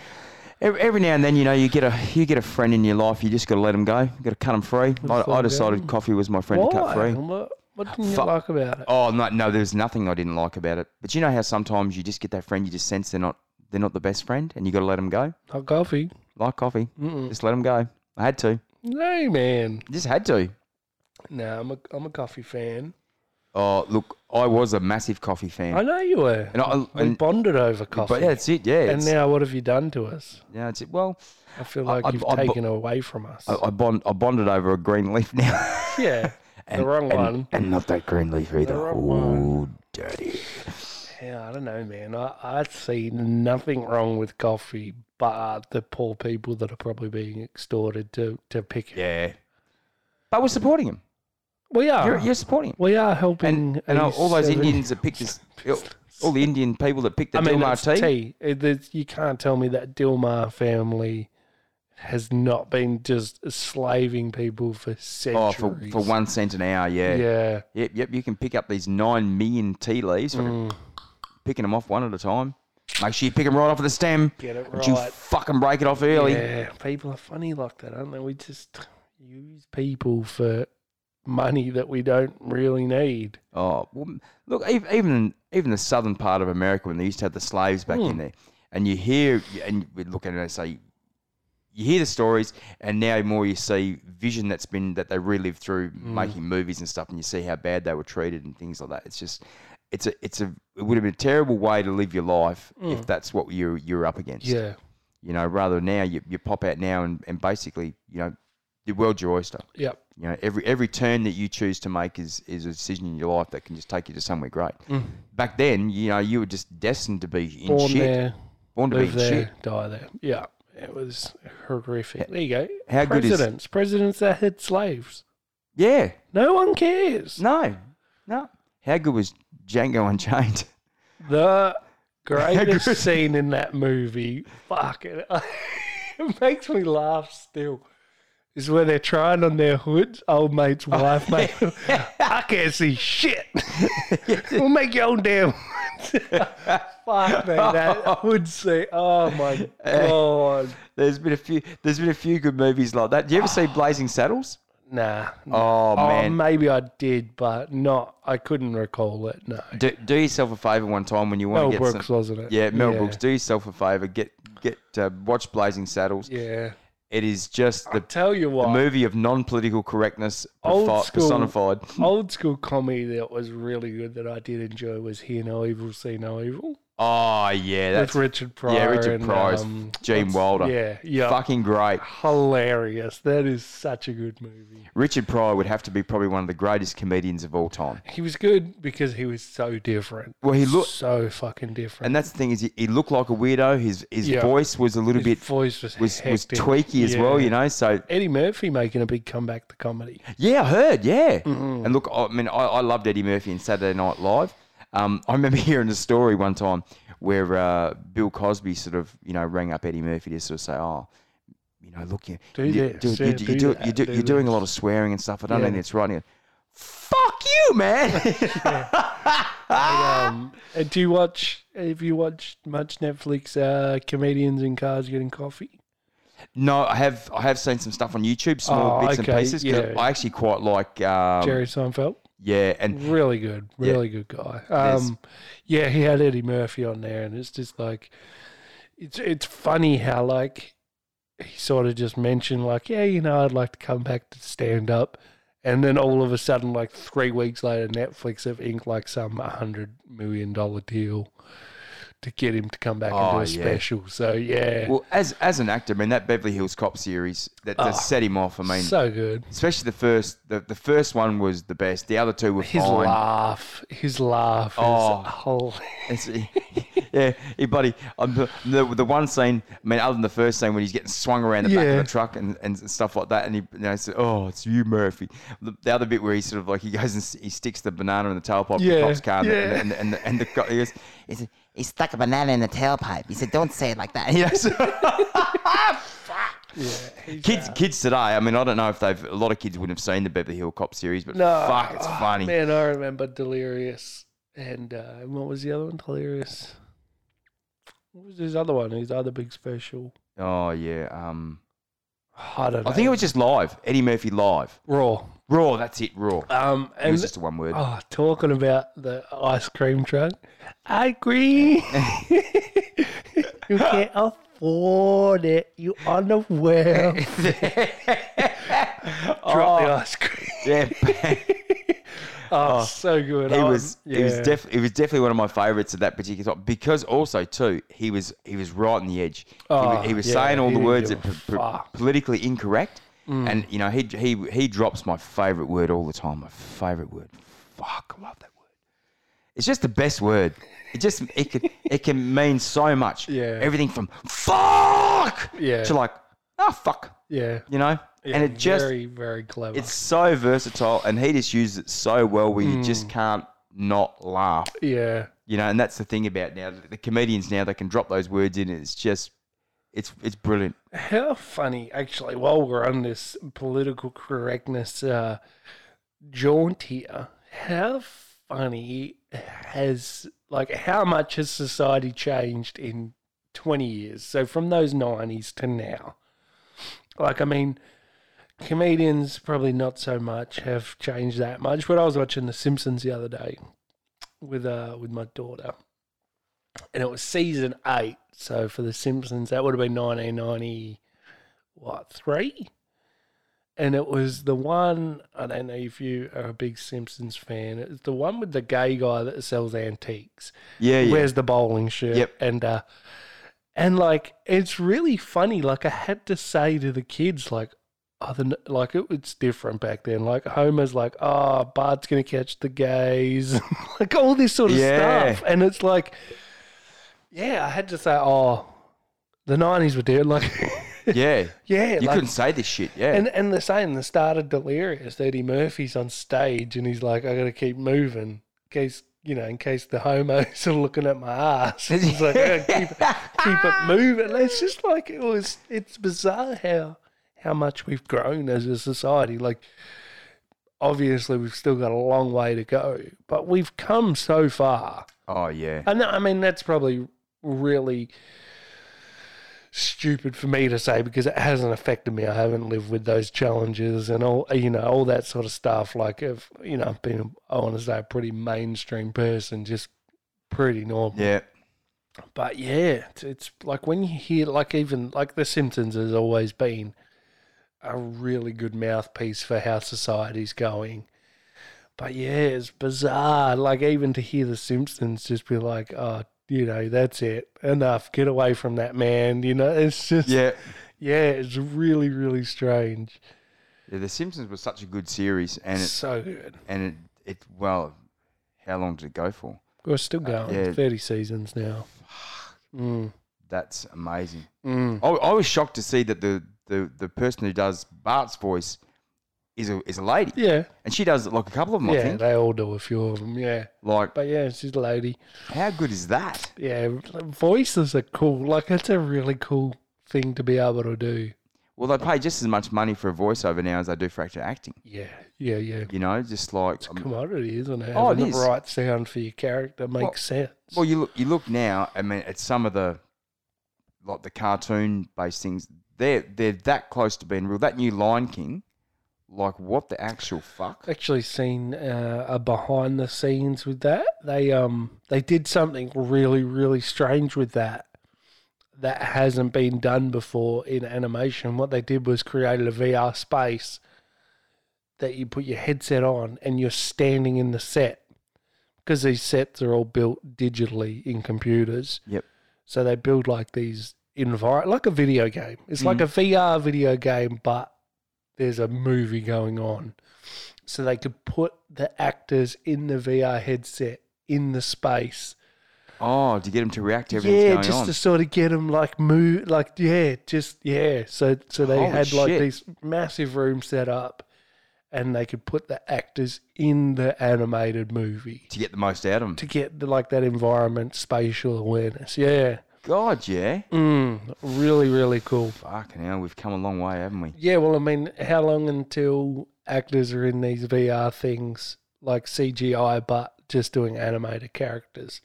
Speaker 2: Every, every now and then, you know, you get a you get a friend in your life. You just got to let them go. You got to cut them free. I, I
Speaker 1: them
Speaker 2: decided
Speaker 1: go.
Speaker 2: coffee was my friend
Speaker 1: Why?
Speaker 2: to cut free.
Speaker 1: What, what didn't you
Speaker 2: Fuck.
Speaker 1: like about it?
Speaker 2: Oh no, no, there's nothing I didn't like about it. But you know how sometimes you just get that friend you just sense they're not they're not the best friend, and you got to let them go.
Speaker 1: Not coffee.
Speaker 2: Like coffee,
Speaker 1: Mm.
Speaker 2: just let them go. I had to,
Speaker 1: No, man.
Speaker 2: just had to.
Speaker 1: No, I'm a, I'm a coffee fan.
Speaker 2: Oh look, I was a massive coffee fan,
Speaker 1: I know you were.
Speaker 2: and I
Speaker 1: we
Speaker 2: and,
Speaker 1: bonded over coffee.
Speaker 2: but yeah, that's it. Yeah,
Speaker 1: and
Speaker 2: it's,
Speaker 1: now what have you done to us?
Speaker 2: yeah, it's it. Well,
Speaker 1: I feel like
Speaker 2: I-
Speaker 1: you've
Speaker 2: I- I-
Speaker 1: taken away from us.
Speaker 2: I, I bond I bonded over a green leaf now.
Speaker 1: <laughs>
Speaker 2: <laughs>
Speaker 1: yeah, the wrong
Speaker 2: and,
Speaker 1: one.
Speaker 2: and not that green leaf either.
Speaker 1: wrong
Speaker 2: Oh, dirty.
Speaker 1: Yeah, I don't know, man. I, I see nothing wrong with coffee, but the poor people that are probably being extorted to, to pick it.
Speaker 2: Yeah, but we're supporting him.
Speaker 1: We are.
Speaker 2: You're, you're supporting him.
Speaker 1: We are helping.
Speaker 2: And, and all all those
Speaker 1: 87
Speaker 2: Indians that picked
Speaker 1: <laughs>
Speaker 2: this, all the Indian people that picked the
Speaker 1: I mean,
Speaker 2: Dilmar
Speaker 1: it's tea. It- it's- you can't tell me that Dilmar family has not been just slaving people for
Speaker 2: Oh,
Speaker 1: centuries.
Speaker 2: for, for one cent an hour, yeah.
Speaker 1: Yeah.
Speaker 2: Yep, yep. You can pick up these nine million tea leaves,
Speaker 1: Mm.
Speaker 2: fucking picking them off one at a time. Make sure you pick them right off of the stem.
Speaker 1: Get it
Speaker 2: Don't you
Speaker 1: right.
Speaker 2: fucking break it off early.
Speaker 1: Yeah, people are funny like that, aren't they? We just use people for money that we don't really need.
Speaker 2: Oh, well, m- look, ev- even even the southern part of America when they used to have the slaves back in there, and you hear and we look at it and say, you hear the stories, and now more you see vision that's been that they relived through making movies and stuff, and you see how bad they were treated and things like that. It's just, it's a, it's a, it would have been a terrible way to live your life if that's what you you're up against.
Speaker 1: Yeah.
Speaker 2: you know, rather now you, you pop out now and, and basically you know, the world's your oyster.
Speaker 1: Yep.
Speaker 2: You know, every every turn that you choose to make is is a decision in your life that can just take you to somewhere great. Back then, you know, you were just destined to be in
Speaker 1: Mm. Born
Speaker 2: shit,
Speaker 1: there,
Speaker 2: born to be
Speaker 1: live
Speaker 2: in
Speaker 1: there,
Speaker 2: shit.
Speaker 1: die there. Yeah. It was horrific. There you go.
Speaker 2: How good is-
Speaker 1: presidents? Presidents that had slaves.
Speaker 2: Yeah,
Speaker 1: No one cares.
Speaker 2: no, no. How good was Django Unchained? <laughs>
Speaker 1: The
Speaker 2: Agree.
Speaker 1: greatest scene in that movie, fuck it, <laughs> it makes me laugh still. Is where they're trying on their hoods, old mate's
Speaker 2: Oh,
Speaker 1: wife, mate. <laughs> I can't see shit.
Speaker 2: <laughs>
Speaker 1: we'll make your own damn hoods. Fuck, mate, that hood scene. Oh my
Speaker 2: Eh.
Speaker 1: god.
Speaker 2: There's been a few. There's been a few good movies like that. Do you
Speaker 1: <sighs>
Speaker 2: ever see Blazing Saddles?
Speaker 1: Nah.
Speaker 2: Oh,
Speaker 1: Oh,
Speaker 2: man,
Speaker 1: maybe I did, but not. I couldn't recall it. No.
Speaker 2: do, do yourself a favor one time when you want
Speaker 1: Mel
Speaker 2: to get
Speaker 1: Brooks,
Speaker 2: some.
Speaker 1: wasn't it?
Speaker 2: Yeah, Mel Brooks. Do yourself a favor. Get get uh, watch Blazing Saddles.
Speaker 1: Yeah.
Speaker 2: It is just the
Speaker 1: Tell you what.
Speaker 2: the movie of non-political correctness
Speaker 1: Old
Speaker 2: perfi-
Speaker 1: school.
Speaker 2: personified. <laughs>
Speaker 1: old school comedy that was really good that I did enjoy was Hear No Evil, See No Evil.
Speaker 2: Oh yeah,
Speaker 1: with
Speaker 2: that's
Speaker 1: Richard Pryor.
Speaker 2: yeah, Richard
Speaker 1: and,
Speaker 2: Pryor,
Speaker 1: um,
Speaker 2: Gene Wilder,
Speaker 1: yeah, yeah.
Speaker 2: fucking great.
Speaker 1: Hilarious. That is such a good movie.
Speaker 2: Richard Pryor would have to be probably one of the greatest comedians of all time.
Speaker 1: He was good because he was so different.
Speaker 2: Well, he looked,
Speaker 1: so fucking different.
Speaker 2: and that's the thing is, he, he looked like a weirdo. His his
Speaker 1: Yeah.
Speaker 2: voice was a little
Speaker 1: His
Speaker 2: bit
Speaker 1: voice was
Speaker 2: was was
Speaker 1: hectic.
Speaker 2: tweaky as well,
Speaker 1: Yeah.
Speaker 2: you know. So
Speaker 1: Eddie Murphy making a big comeback to comedy.
Speaker 2: Yeah, I heard. Yeah,
Speaker 1: Mm-hmm.
Speaker 2: and look, I mean, I, I loved Eddie Murphy in Saturday Night Live. Um, I remember <laughs> hearing a story one time where uh, Bill Cosby sort of, you know, rang up Eddie Murphy to sort of say, "Oh, you know, look, you,
Speaker 1: Do
Speaker 2: you,
Speaker 1: this,
Speaker 2: do-
Speaker 1: yeah,
Speaker 2: you,
Speaker 1: do
Speaker 2: you do,
Speaker 1: that,
Speaker 2: you do,
Speaker 1: do
Speaker 2: you're doing a
Speaker 1: this."
Speaker 2: lot of swearing and stuff. I don't
Speaker 1: Yeah.
Speaker 2: think it's right." And he goes, Fuck
Speaker 1: <laughs>
Speaker 2: you, man! Ah!
Speaker 1: Um, uh, do you watch? Have you watched much Netflix? Uh, comedians in cars getting coffee.
Speaker 2: no, I have I have seen some stuff on YouTube, small
Speaker 1: Oh,
Speaker 2: bits
Speaker 1: okay,
Speaker 2: and pieces. 'cause
Speaker 1: yeah.
Speaker 2: I actually quite like um,
Speaker 1: Jerry Seinfeld,
Speaker 2: Yeah, and
Speaker 1: really good, really good guy.
Speaker 2: There's-
Speaker 1: Um, yeah, he had Eddie Murphy on there, and it's just like, it's it's funny how like he sort of just mentioned like, yeah, you know, I'd like to come back to stand up. And then all of a sudden, like three weeks later, Netflix have inked like some hundred million dollar deal to get him to come back
Speaker 2: Oh,
Speaker 1: and do a
Speaker 2: yeah.
Speaker 1: special. So yeah,
Speaker 2: well, as as an actor, I mean, that Beverly Hills Cop series that, that
Speaker 1: Oh,
Speaker 2: set him off. I mean,
Speaker 1: so good.
Speaker 2: especially the first the, the first one was the best the other two were
Speaker 1: His
Speaker 2: fine
Speaker 1: laugh, his laugh
Speaker 2: Oh.
Speaker 1: is whole.
Speaker 2: <laughs> It's- yeah hey buddy um, the, the, the one scene i mean other than the first scene when he's getting swung around the back
Speaker 1: Yeah.
Speaker 2: of the truck and, and stuff like that and he you know, says oh it's you murphy the, the other bit where he sort of like he goes and s- he sticks the banana in the tailpipe of the
Speaker 1: Yeah,
Speaker 2: cop's car and,
Speaker 1: yeah.
Speaker 2: the, and, the, and, the, and the cop he goes he said,
Speaker 7: He stuck a banana in the tailpipe. He said, "Don't say it like that." <laughs>
Speaker 2: you know,
Speaker 1: <laughs>
Speaker 2: so- kids, kids today. I mean, I don't know if they've. A lot of kids wouldn't have seen the Beverly Hill Cop series, but fuck, it's
Speaker 1: oh,
Speaker 2: funny.
Speaker 1: Man, I remember Delirious and uh, and what was the other one? Delirious. What was his other one? His other big special.
Speaker 2: Oh yeah. Um,
Speaker 1: I don't know.
Speaker 2: I think it was just live. Eddie Murphy live.
Speaker 1: Raw.
Speaker 2: Raw, that's it, raw.
Speaker 1: Um,
Speaker 2: it
Speaker 1: and
Speaker 2: was just a one word.
Speaker 1: oh, talking about the ice cream truck, I
Speaker 2: <laughs>
Speaker 1: agree. you can't afford it. You unaware.
Speaker 2: <laughs>
Speaker 1: Drop the ice cream. <laughs>
Speaker 2: Yeah,
Speaker 1: Oh, so good.
Speaker 2: he
Speaker 1: I
Speaker 2: was. He was
Speaker 1: yeah.
Speaker 2: definitely. It was definitely one of my favourites at that particular time because also too he was he was right on the edge. he
Speaker 1: Oh,
Speaker 2: was, he was
Speaker 1: yeah,
Speaker 2: saying all
Speaker 1: he
Speaker 2: the
Speaker 1: didn't
Speaker 2: words
Speaker 1: give
Speaker 2: that
Speaker 1: a
Speaker 2: p- p-
Speaker 1: fuck. Mm.
Speaker 2: politically incorrect, and you know he he he drops my favourite word all the time. My favourite word. Fuck, I love that word. It's just the best word. It just it can it can mean so much.
Speaker 1: Yeah.
Speaker 2: Everything from fuck
Speaker 1: Yeah.
Speaker 2: to like oh fuck.
Speaker 1: Yeah.
Speaker 2: you know? and it just
Speaker 1: very, very clever.
Speaker 2: it's so versatile and he just uses it so well where you
Speaker 1: Hmm.
Speaker 2: just can't not laugh.
Speaker 1: yeah.
Speaker 2: You know, and that's the thing about now the the comedians now they can drop those words in and it's just it's it's brilliant.
Speaker 1: How funny, actually, while we're on this political correctness uh, jaunt here, how funny has, like, how much has society changed in 20 years? So from those 90s to now. Like, I mean, comedians probably not so much have changed that much, but I was watching The Simpsons the other day with uh, with my daughter and it was season eight. So for The Simpsons, that would have been 1990, what, three? And it was the one, I don't know if you are a big Simpsons fan, it's the one with the gay guy that sells antiques,
Speaker 2: Yeah, yeah.
Speaker 1: wears the bowling shirt.
Speaker 2: Yep.
Speaker 1: And, uh, and like, it's really funny. Like, I had to say to the kids, like, other than, like it, it's different back then. Like Homer's like, oh, Bart's gonna catch the gays, <laughs> like all this sort of
Speaker 2: Yeah.
Speaker 1: stuff, and it's like, yeah, I had to say, oh, the nineties were dead. Like, <laughs>
Speaker 2: yeah.
Speaker 1: yeah,
Speaker 2: You
Speaker 1: like,
Speaker 2: couldn't say this shit, yeah.
Speaker 1: and and the same, the start of Delirious, Eddie Murphy's on stage, and he's like, I gotta keep moving, in case you know, in case the homos <laughs> are looking at my ass. He's like, I gotta keep it, keep it moving. And it's just like it was. It's bizarre how how much we've grown as a society. Like, obviously, we've still got a long way to go, but we've come so far.
Speaker 2: oh yeah.
Speaker 1: And I mean, that's probably really stupid for me to say because it hasn't affected me. I haven't lived with those challenges and all, you know, all that sort of stuff. Like, if, you know, I've been, I want to say, a pretty mainstream person, just pretty normal.
Speaker 2: Yeah.
Speaker 1: But yeah, it's, it's like when you hear, like, even like The Simpsons has always been a really good mouthpiece for how society's going. But yeah, it's bizarre. Like, even to hear The Simpsons just be like, oh, you know, that's it. Enough. Get away from that man. You know, it's just
Speaker 2: Yeah.
Speaker 1: yeah, it's really, really strange.
Speaker 2: yeah. The Simpsons was such a good series, and it,
Speaker 1: so good.
Speaker 2: and it, it well, how long did it go for?
Speaker 1: We're still going.
Speaker 2: Uh, yeah.
Speaker 1: Thirty seasons now. Mm.
Speaker 2: That's amazing.
Speaker 1: Mm.
Speaker 2: I, I was shocked to see that the, the, the person who does Bart's voice is a is a lady,
Speaker 1: Yeah,
Speaker 2: and she does like a couple of them. I
Speaker 1: yeah,
Speaker 2: think.
Speaker 1: they all do a few of them. Yeah,
Speaker 2: Like,
Speaker 1: but yeah, she's a lady.
Speaker 2: how good is that?
Speaker 1: Yeah, voices are cool. Like it's a really cool thing to be able to do.
Speaker 2: Well, they pay just as much money for a voiceover now as they do for actor acting.
Speaker 1: Yeah, yeah, yeah.
Speaker 2: You know, just like um,
Speaker 1: Commodity, isn't it?
Speaker 2: Oh, it
Speaker 1: Having the
Speaker 2: is.
Speaker 1: right sound for your character makes sense.
Speaker 2: well, you look you look now. I mean, at some of the like the cartoon based things, they're they're that close to being real. That new Lion King, like what the actual fuck?
Speaker 1: actually seen uh, a behind the scenes with that. They um they did something really really strange with that that hasn't been done before in animation. What they did was created a VR space that you put your headset on and you're standing in the set because these sets are all built digitally in computers.
Speaker 2: Yep.
Speaker 1: So they build like these environment like a video game. It's like a VR video game but there's a movie going on so they could put the actors in the VR headset in the space.
Speaker 2: Oh, to get them to react to everything
Speaker 1: Yeah,
Speaker 2: that's
Speaker 1: just
Speaker 2: going
Speaker 1: to
Speaker 2: on.
Speaker 1: sort of get them like move, like yeah, just yeah. So so they
Speaker 2: Holy
Speaker 1: had like
Speaker 2: shit.
Speaker 1: these massive rooms set up, and they could put the actors in the animated movie
Speaker 2: to get the most out of them.
Speaker 1: to get the, like that environment spatial awareness. Yeah,
Speaker 2: God, yeah.
Speaker 1: mm, really really cool.
Speaker 2: Fucking hell, we've come a long way, haven't we?
Speaker 1: Yeah, well, I mean, how long until actors are in these VR things like CGI, but just doing animated characters?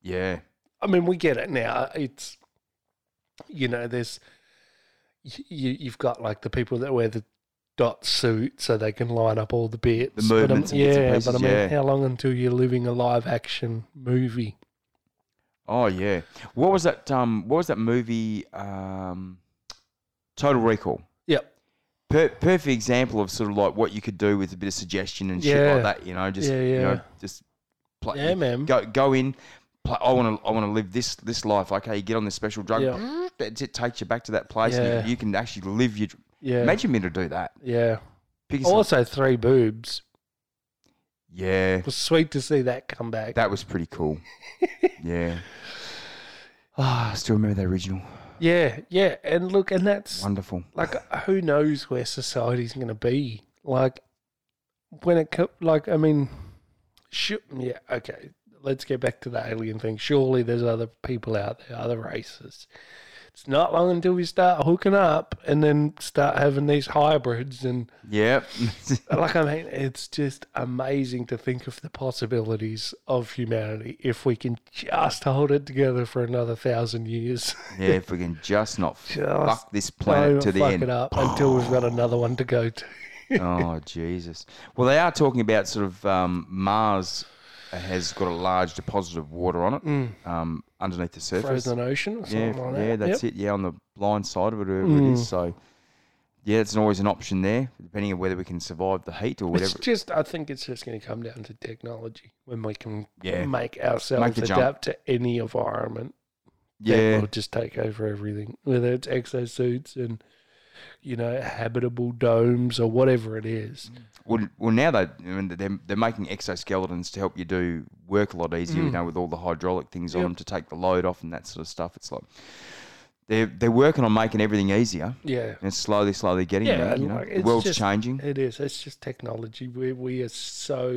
Speaker 2: Yeah.
Speaker 1: I mean, we get it now. It's you know, there's y- you you've got like the people that wear the dot suit so they can line up all the bits. But, um,
Speaker 2: movements and
Speaker 1: yeah,
Speaker 2: bits and pieces,
Speaker 1: but I mean,
Speaker 2: yeah.
Speaker 1: how long until you're living a live action movie?
Speaker 2: Oh yeah. What was that? Um, what was that movie? Um, Total Recall.
Speaker 1: Yep.
Speaker 2: Per- perfect example of sort of like what you could do with a bit of suggestion and shit
Speaker 1: Yeah.
Speaker 2: like that. You know, just
Speaker 1: Yeah,
Speaker 2: you know,
Speaker 1: yeah.
Speaker 2: just play.
Speaker 1: Yeah, man.
Speaker 2: Go go in. Play, I want to I want to live this this life. Okay, you get on this special drug. <sniffs> That's it. Takes you back to that place.
Speaker 1: Yeah.
Speaker 2: And you, you can actually live your. dr-
Speaker 1: Yeah,
Speaker 2: Imagine me to do that.
Speaker 1: yeah.
Speaker 2: Pick yourself-
Speaker 1: Also, three boobs.
Speaker 2: yeah,
Speaker 1: It was sweet to see that come back.
Speaker 2: that was pretty
Speaker 1: <laughs>
Speaker 2: cool. yeah. Ah, I still remember the original.
Speaker 1: yeah, yeah. And look, and that's
Speaker 2: Wonderful.
Speaker 1: like who knows where society's going to be like when it co- like i mean sure, yeah okay let's get back to the alien thing surely there's other people out there other races it's not long until we start hooking up and then start having these hybrids and
Speaker 2: Yep. <laughs>
Speaker 1: like i mean it's just amazing to think of the possibilities of humanity if we can just hold it together for another thousand years
Speaker 2: Yeah, if we can just not fuck this
Speaker 1: Don't
Speaker 2: planet to the
Speaker 1: fuck
Speaker 2: end.
Speaker 1: it up until we've got another one to go to
Speaker 2: Oh Jesus! Well, they are talking about sort of um, Mars has got a large deposit of water on it um, underneath the surface.
Speaker 1: Mm. frozen ocean or
Speaker 2: yeah,
Speaker 1: something like that. Mm.
Speaker 2: yeah, that's it. Yeah, on the blind side of it, wherever it is. So, yeah, it's always an option there, depending on whether we can survive the heat or
Speaker 1: It's
Speaker 2: whatever.
Speaker 1: just, I think it's just going to come down to technology when we can
Speaker 2: Yeah.
Speaker 1: make ourselves
Speaker 2: Make the jump.
Speaker 1: adapt to any environment. then
Speaker 2: Yeah,
Speaker 1: we'll just take over everything, whether it's exosuits and you know habitable domes or whatever it is.
Speaker 2: Well, well, now they I mean, they're, they're making exoskeletons to help you do work a lot easier.
Speaker 1: Mm.
Speaker 2: You know, with all the hydraulic things on them to take the load off and that sort of stuff. It's like they're they're working on making everything easier,
Speaker 1: Yeah,
Speaker 2: and it's slowly, slowly getting
Speaker 1: yeah.
Speaker 2: there. You
Speaker 1: and,
Speaker 2: know,
Speaker 1: like,
Speaker 2: the
Speaker 1: it's
Speaker 2: world's
Speaker 1: just-
Speaker 2: changing.
Speaker 1: It is. It's just technology. We we are so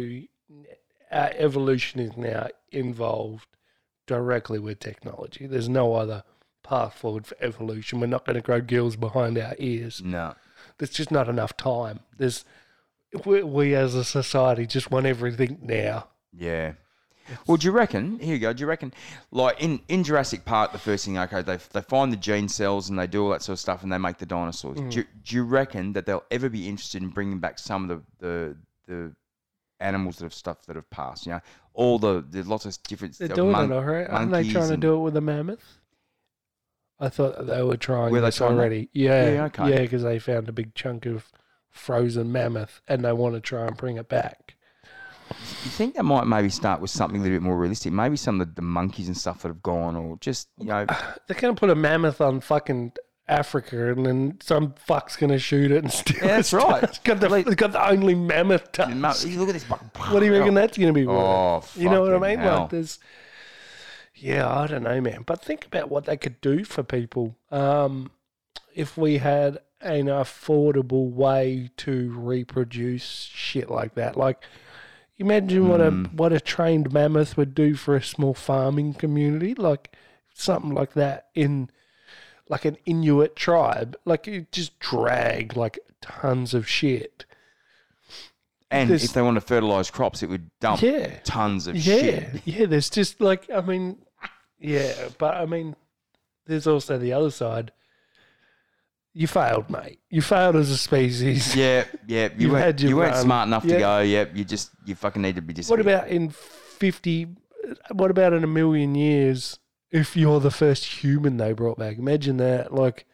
Speaker 1: our evolution is now involved directly with technology. There's no other path forward for evolution. We're not going to grow gills behind our ears.
Speaker 2: No,
Speaker 1: there's just not enough time. There's we, we as a society just want everything now.
Speaker 2: yeah. Well, do you reckon? Here you go. Do you reckon? Like in, in Jurassic Park, the first thing, okay, they they find the gene cells and they do all that sort of stuff and they make the dinosaurs.
Speaker 1: Mm.
Speaker 2: Do, you- do you reckon that they'll ever be interested in bringing back some of the the, the animals that have stuff that have passed? You know, all the there's lots of different.
Speaker 1: They're
Speaker 2: uh,
Speaker 1: doing
Speaker 2: mon-
Speaker 1: it all right. Aren't they
Speaker 2: monkeys
Speaker 1: trying to
Speaker 2: and-
Speaker 1: do it with a mammoth? I thought they were trying
Speaker 2: Were they
Speaker 1: this
Speaker 2: trying that?
Speaker 1: already. Yeah,
Speaker 2: Yeah,
Speaker 1: yeah,
Speaker 2: okay.
Speaker 1: because they found a big chunk of frozen mammoth and they want to try and bring it back.
Speaker 2: You think they might maybe start with something a little bit more realistic? Maybe some of the, the monkeys and stuff that have gone, or just
Speaker 1: <laughs>
Speaker 2: you know,
Speaker 1: They're gonna put a mammoth on fucking Africa, and then some fuck's gonna shoot it and <laughs> steal.
Speaker 2: Yeah, that's
Speaker 1: its
Speaker 2: right.
Speaker 1: tusk. got the
Speaker 2: Like-
Speaker 1: it's got the only mammoth. tusk.
Speaker 2: mo- look at this. What
Speaker 1: What do you reckon that's gonna be worth?
Speaker 2: Oh,
Speaker 1: you know what I
Speaker 2: fucking
Speaker 1: mean?
Speaker 2: hell.
Speaker 1: Like there's. Yeah, I don't know, man. But think about what they could do for people um, if we had an affordable way to reproduce shit like that. Like, imagine what
Speaker 2: Hmm.
Speaker 1: a what a trained mammoth would do for a small farming community. Like something like that in like an Inuit tribe. Like you just drag like tons of shit.
Speaker 2: And
Speaker 1: There's-
Speaker 2: if they want to fertilize crops, it would dump
Speaker 1: Yeah.
Speaker 2: tons of
Speaker 1: Yeah,
Speaker 2: shit.
Speaker 1: yeah. There's just like I mean, yeah, but I mean, there's also the other side. You failed, mate. You failed as a species.
Speaker 2: Yeah, yeah. You,
Speaker 1: You've
Speaker 2: weren't,
Speaker 1: had your
Speaker 2: you weren't
Speaker 1: run.
Speaker 2: smart enough
Speaker 1: Yeah.
Speaker 2: to go. Yep, you just you fucking need to be
Speaker 1: What
Speaker 2: disciplined.
Speaker 1: about in fifty? What about in a million years? If you're the first human they brought back, imagine that. Like,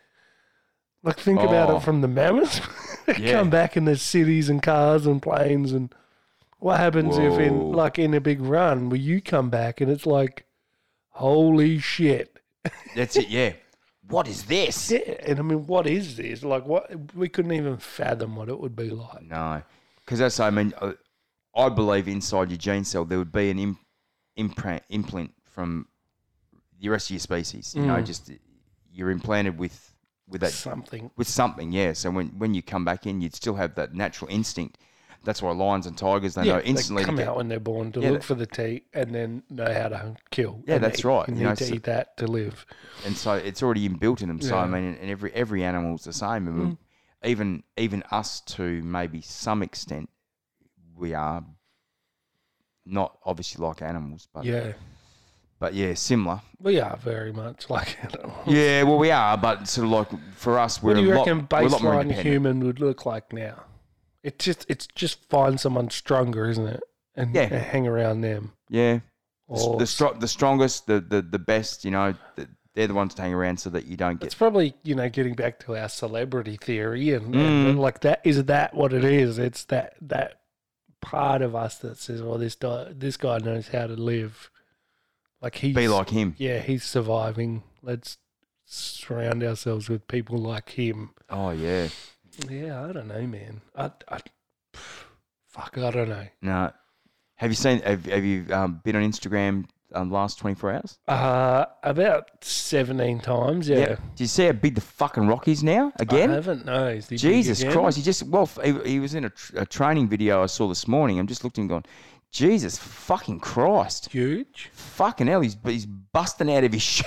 Speaker 1: like think about
Speaker 2: Oh.
Speaker 1: it from the mammoths. <laughs> They
Speaker 2: Yeah.
Speaker 1: Come back and there's cities and cars and planes and what happens if in
Speaker 2: Whoa.
Speaker 1: like in a big run where you come back and it's like, holy shit.
Speaker 2: That's it. Yeah. What is this?
Speaker 1: Yeah, and I mean, what is this? Like, what we couldn't even fathom what it would be like.
Speaker 2: No, because that's I mean, uh, I believe inside your gene cell there would be an imp- imprint implant from the rest of your species. You
Speaker 1: Mm.
Speaker 2: know, just uh, you're implanted with with that
Speaker 1: Something.
Speaker 2: with something. Yeah. So when when you come back in, you'd still have that natural instinct. That's why lions and tigers they know instantly
Speaker 1: they
Speaker 2: to
Speaker 1: come
Speaker 2: get-
Speaker 1: out when they're born to
Speaker 2: Yeah,
Speaker 1: look
Speaker 2: that-
Speaker 1: for the teat and then know how to kill.
Speaker 2: Yeah,
Speaker 1: and
Speaker 2: that's
Speaker 1: eat.
Speaker 2: right.
Speaker 1: You
Speaker 2: You
Speaker 1: need
Speaker 2: know,
Speaker 1: to
Speaker 2: so-
Speaker 1: eat that to live.
Speaker 2: and so it's already inbuilt in them. So I
Speaker 1: Yeah. Mm.
Speaker 2: mean, and- and every every animal's the same, and we, even even us to maybe some extent, we are not obviously like animals, but
Speaker 1: Yeah,
Speaker 2: but yeah, similar.
Speaker 1: we are very much like.
Speaker 2: Yeah, well, we are, but sort of like for us, we're
Speaker 1: what do you
Speaker 2: a
Speaker 1: reckon
Speaker 2: lot, we're a lot more
Speaker 1: baseline
Speaker 2: independent.
Speaker 1: human would look like now? It's just it's just find someone stronger, isn't it? And,
Speaker 2: Yeah.
Speaker 1: and hang around them.
Speaker 2: Yeah, The s-
Speaker 1: Or
Speaker 2: the, stro- the strongest, the, the the best. You know, the, they're the ones to hang around so that you don't
Speaker 1: It's
Speaker 2: get.
Speaker 1: probably you know getting back to our celebrity theory and,
Speaker 2: Mm.
Speaker 1: and like that is that what it is? It's that that part of us that says, well, this guy, this guy knows how to live, like he's
Speaker 2: Be like him.
Speaker 1: yeah, he's surviving. Let's surround ourselves with people like him.
Speaker 2: Oh yeah,
Speaker 1: Yeah, I don't know, man. I, I fuck, I don't know.
Speaker 2: no. Have you seen? Have, have you um, been on Instagram um, last twenty four hours?
Speaker 1: Uh, about seventeen times. Yeah,
Speaker 2: Do you see how big the fucking rock is now?
Speaker 1: I
Speaker 2: Again?
Speaker 1: haven't. No, is he big
Speaker 2: Jesus
Speaker 1: again?
Speaker 2: Christ. He just, well, f- he, he was in a, tr- a training video I saw this morning. I'm just looking and going, Jesus fucking Christ.
Speaker 1: huge.
Speaker 2: Fucking hell. He's, he's busting out of his <laughs> shirt.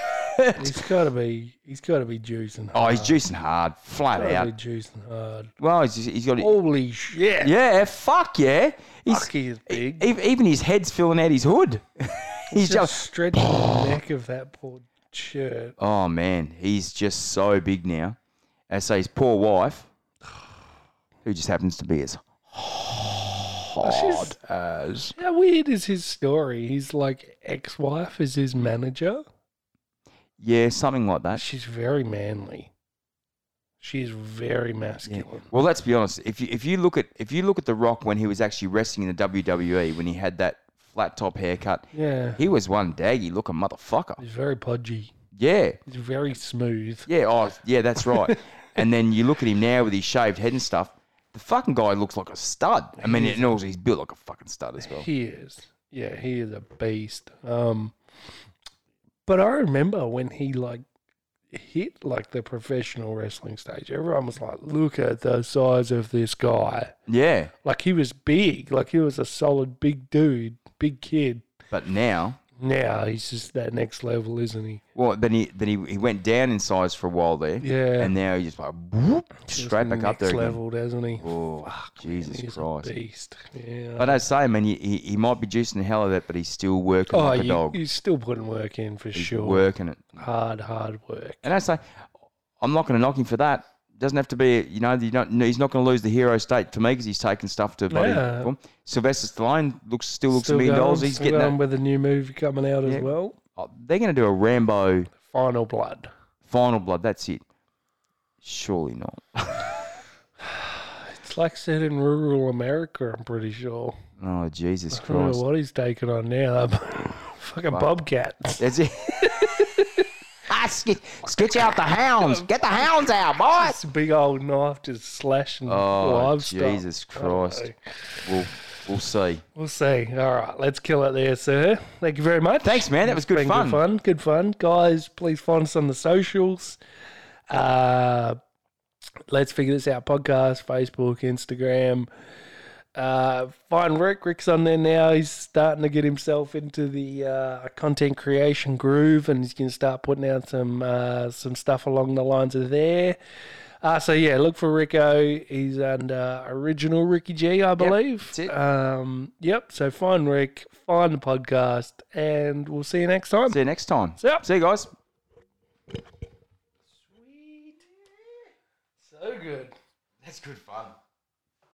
Speaker 1: He's got to be. He's got to be juicing.
Speaker 2: oh, he's juicing hard, flat
Speaker 1: Gotta be
Speaker 2: out.
Speaker 1: juicing hard.
Speaker 2: Well, he's, he's got it.
Speaker 1: Holy shit.
Speaker 2: Yeah, fuck yeah. He's,
Speaker 1: Fuck, he is
Speaker 2: e-
Speaker 1: big.
Speaker 2: ev- even his head's filling out
Speaker 1: <laughs>
Speaker 2: his hood. he's
Speaker 1: Just,
Speaker 2: just,
Speaker 1: stretching
Speaker 2: <sighs>
Speaker 1: the neck of that poor shirt.
Speaker 2: oh man, he's just so big now. And so his poor wife, <sighs> who just happens to be as hard as.
Speaker 1: How weird is his story? He's like ex wife is his manager.
Speaker 2: Yeah, something like that.
Speaker 1: She's very manly. She's very
Speaker 2: Yeah.
Speaker 1: masculine.
Speaker 2: Well, let's be honest. If you if you look at if you look at The Rock when he was actually wrestling in the WWE when he had that flat top haircut,
Speaker 1: Yeah.
Speaker 2: he was one daggy looking motherfucker.
Speaker 1: He's very podgy.
Speaker 2: Yeah,
Speaker 1: He's very smooth.
Speaker 2: yeah, oh yeah, that's
Speaker 1: <laughs>
Speaker 2: right. and then you look at him now with his shaved head and stuff. The fucking guy looks like a stud. I mean, and also he's built like a fucking stud as well.
Speaker 1: He is. Yeah, he is a beast. Um but I remember when he like hit like the professional wrestling stage. Everyone was like, "Look at the size of this guy."
Speaker 2: Yeah,
Speaker 1: Like he was big, like he was a solid big dude, big kid.
Speaker 2: but now,
Speaker 1: Now he's just that next level, isn't he?
Speaker 2: well, then he then he, he went down in size for a while there.
Speaker 1: Yeah.
Speaker 2: and now he's just like whoop,
Speaker 1: Just
Speaker 2: straight back
Speaker 1: next
Speaker 2: up there. again.
Speaker 1: level, doesn't he?
Speaker 2: Oh, Jesus
Speaker 1: He's
Speaker 2: Christ!
Speaker 1: a beast. Yeah.
Speaker 2: But I say, I mean, he, he, he might be juicing the hell out of it, but he's still working
Speaker 1: oh,
Speaker 2: like a
Speaker 1: you,
Speaker 2: dog.
Speaker 1: you still putting work in for
Speaker 2: he's
Speaker 1: sure.
Speaker 2: working it.
Speaker 1: Hard, hard work.
Speaker 2: And I say, I'm not going to knock him for that. Doesn't have to be, you know, you don't, no, he's not going to lose the hero state for me because he's taking stuff to bloody.
Speaker 1: Yeah.
Speaker 2: form. Sylvester Stallone looks still looks
Speaker 1: Still
Speaker 2: a million
Speaker 1: going,
Speaker 2: dollars. He's
Speaker 1: still
Speaker 2: getting
Speaker 1: going
Speaker 2: that.
Speaker 1: with a new movie coming out
Speaker 2: Yeah.
Speaker 1: as well.
Speaker 2: oh, they're going to do a Rambo
Speaker 1: Final Blood.
Speaker 2: Final Blood. That's it. Surely not.
Speaker 1: It's like set in rural America, I'm pretty sure.
Speaker 2: Oh Jesus
Speaker 1: I don't know
Speaker 2: Christ!
Speaker 1: what he's taking on now. <laughs> Fucking Bobcats. <laughs>
Speaker 2: That's it. <laughs> ah, sketch, sketch out the hounds. Get the hounds out, boys.
Speaker 1: It's a big old knife just slashing
Speaker 2: Oh
Speaker 1: livestock.
Speaker 2: Jesus Christ! We'll we'll see.
Speaker 1: We'll see. All right, let's kill it there, sir. Thank you very much.
Speaker 2: Thanks, man. That was
Speaker 1: It's
Speaker 2: good
Speaker 1: been
Speaker 2: fun.
Speaker 1: Good fun. Good fun. Guys, please find us on the socials. Uh, let's figure this out podcast, Facebook, Instagram. Uh, find Rick. Rick's on there now. He's starting to get himself into the uh, content creation groove and he's going to start putting out some, uh, some stuff along the lines of there. Uh, so yeah, look for Rico. He's under original Ricky G, I believe.
Speaker 2: that's it.
Speaker 1: Um, yep. So find Rick, find the podcast, and we'll see you next time.
Speaker 2: See you next time.
Speaker 1: See ya.
Speaker 2: See you guys.
Speaker 1: So good.
Speaker 2: That's good fun.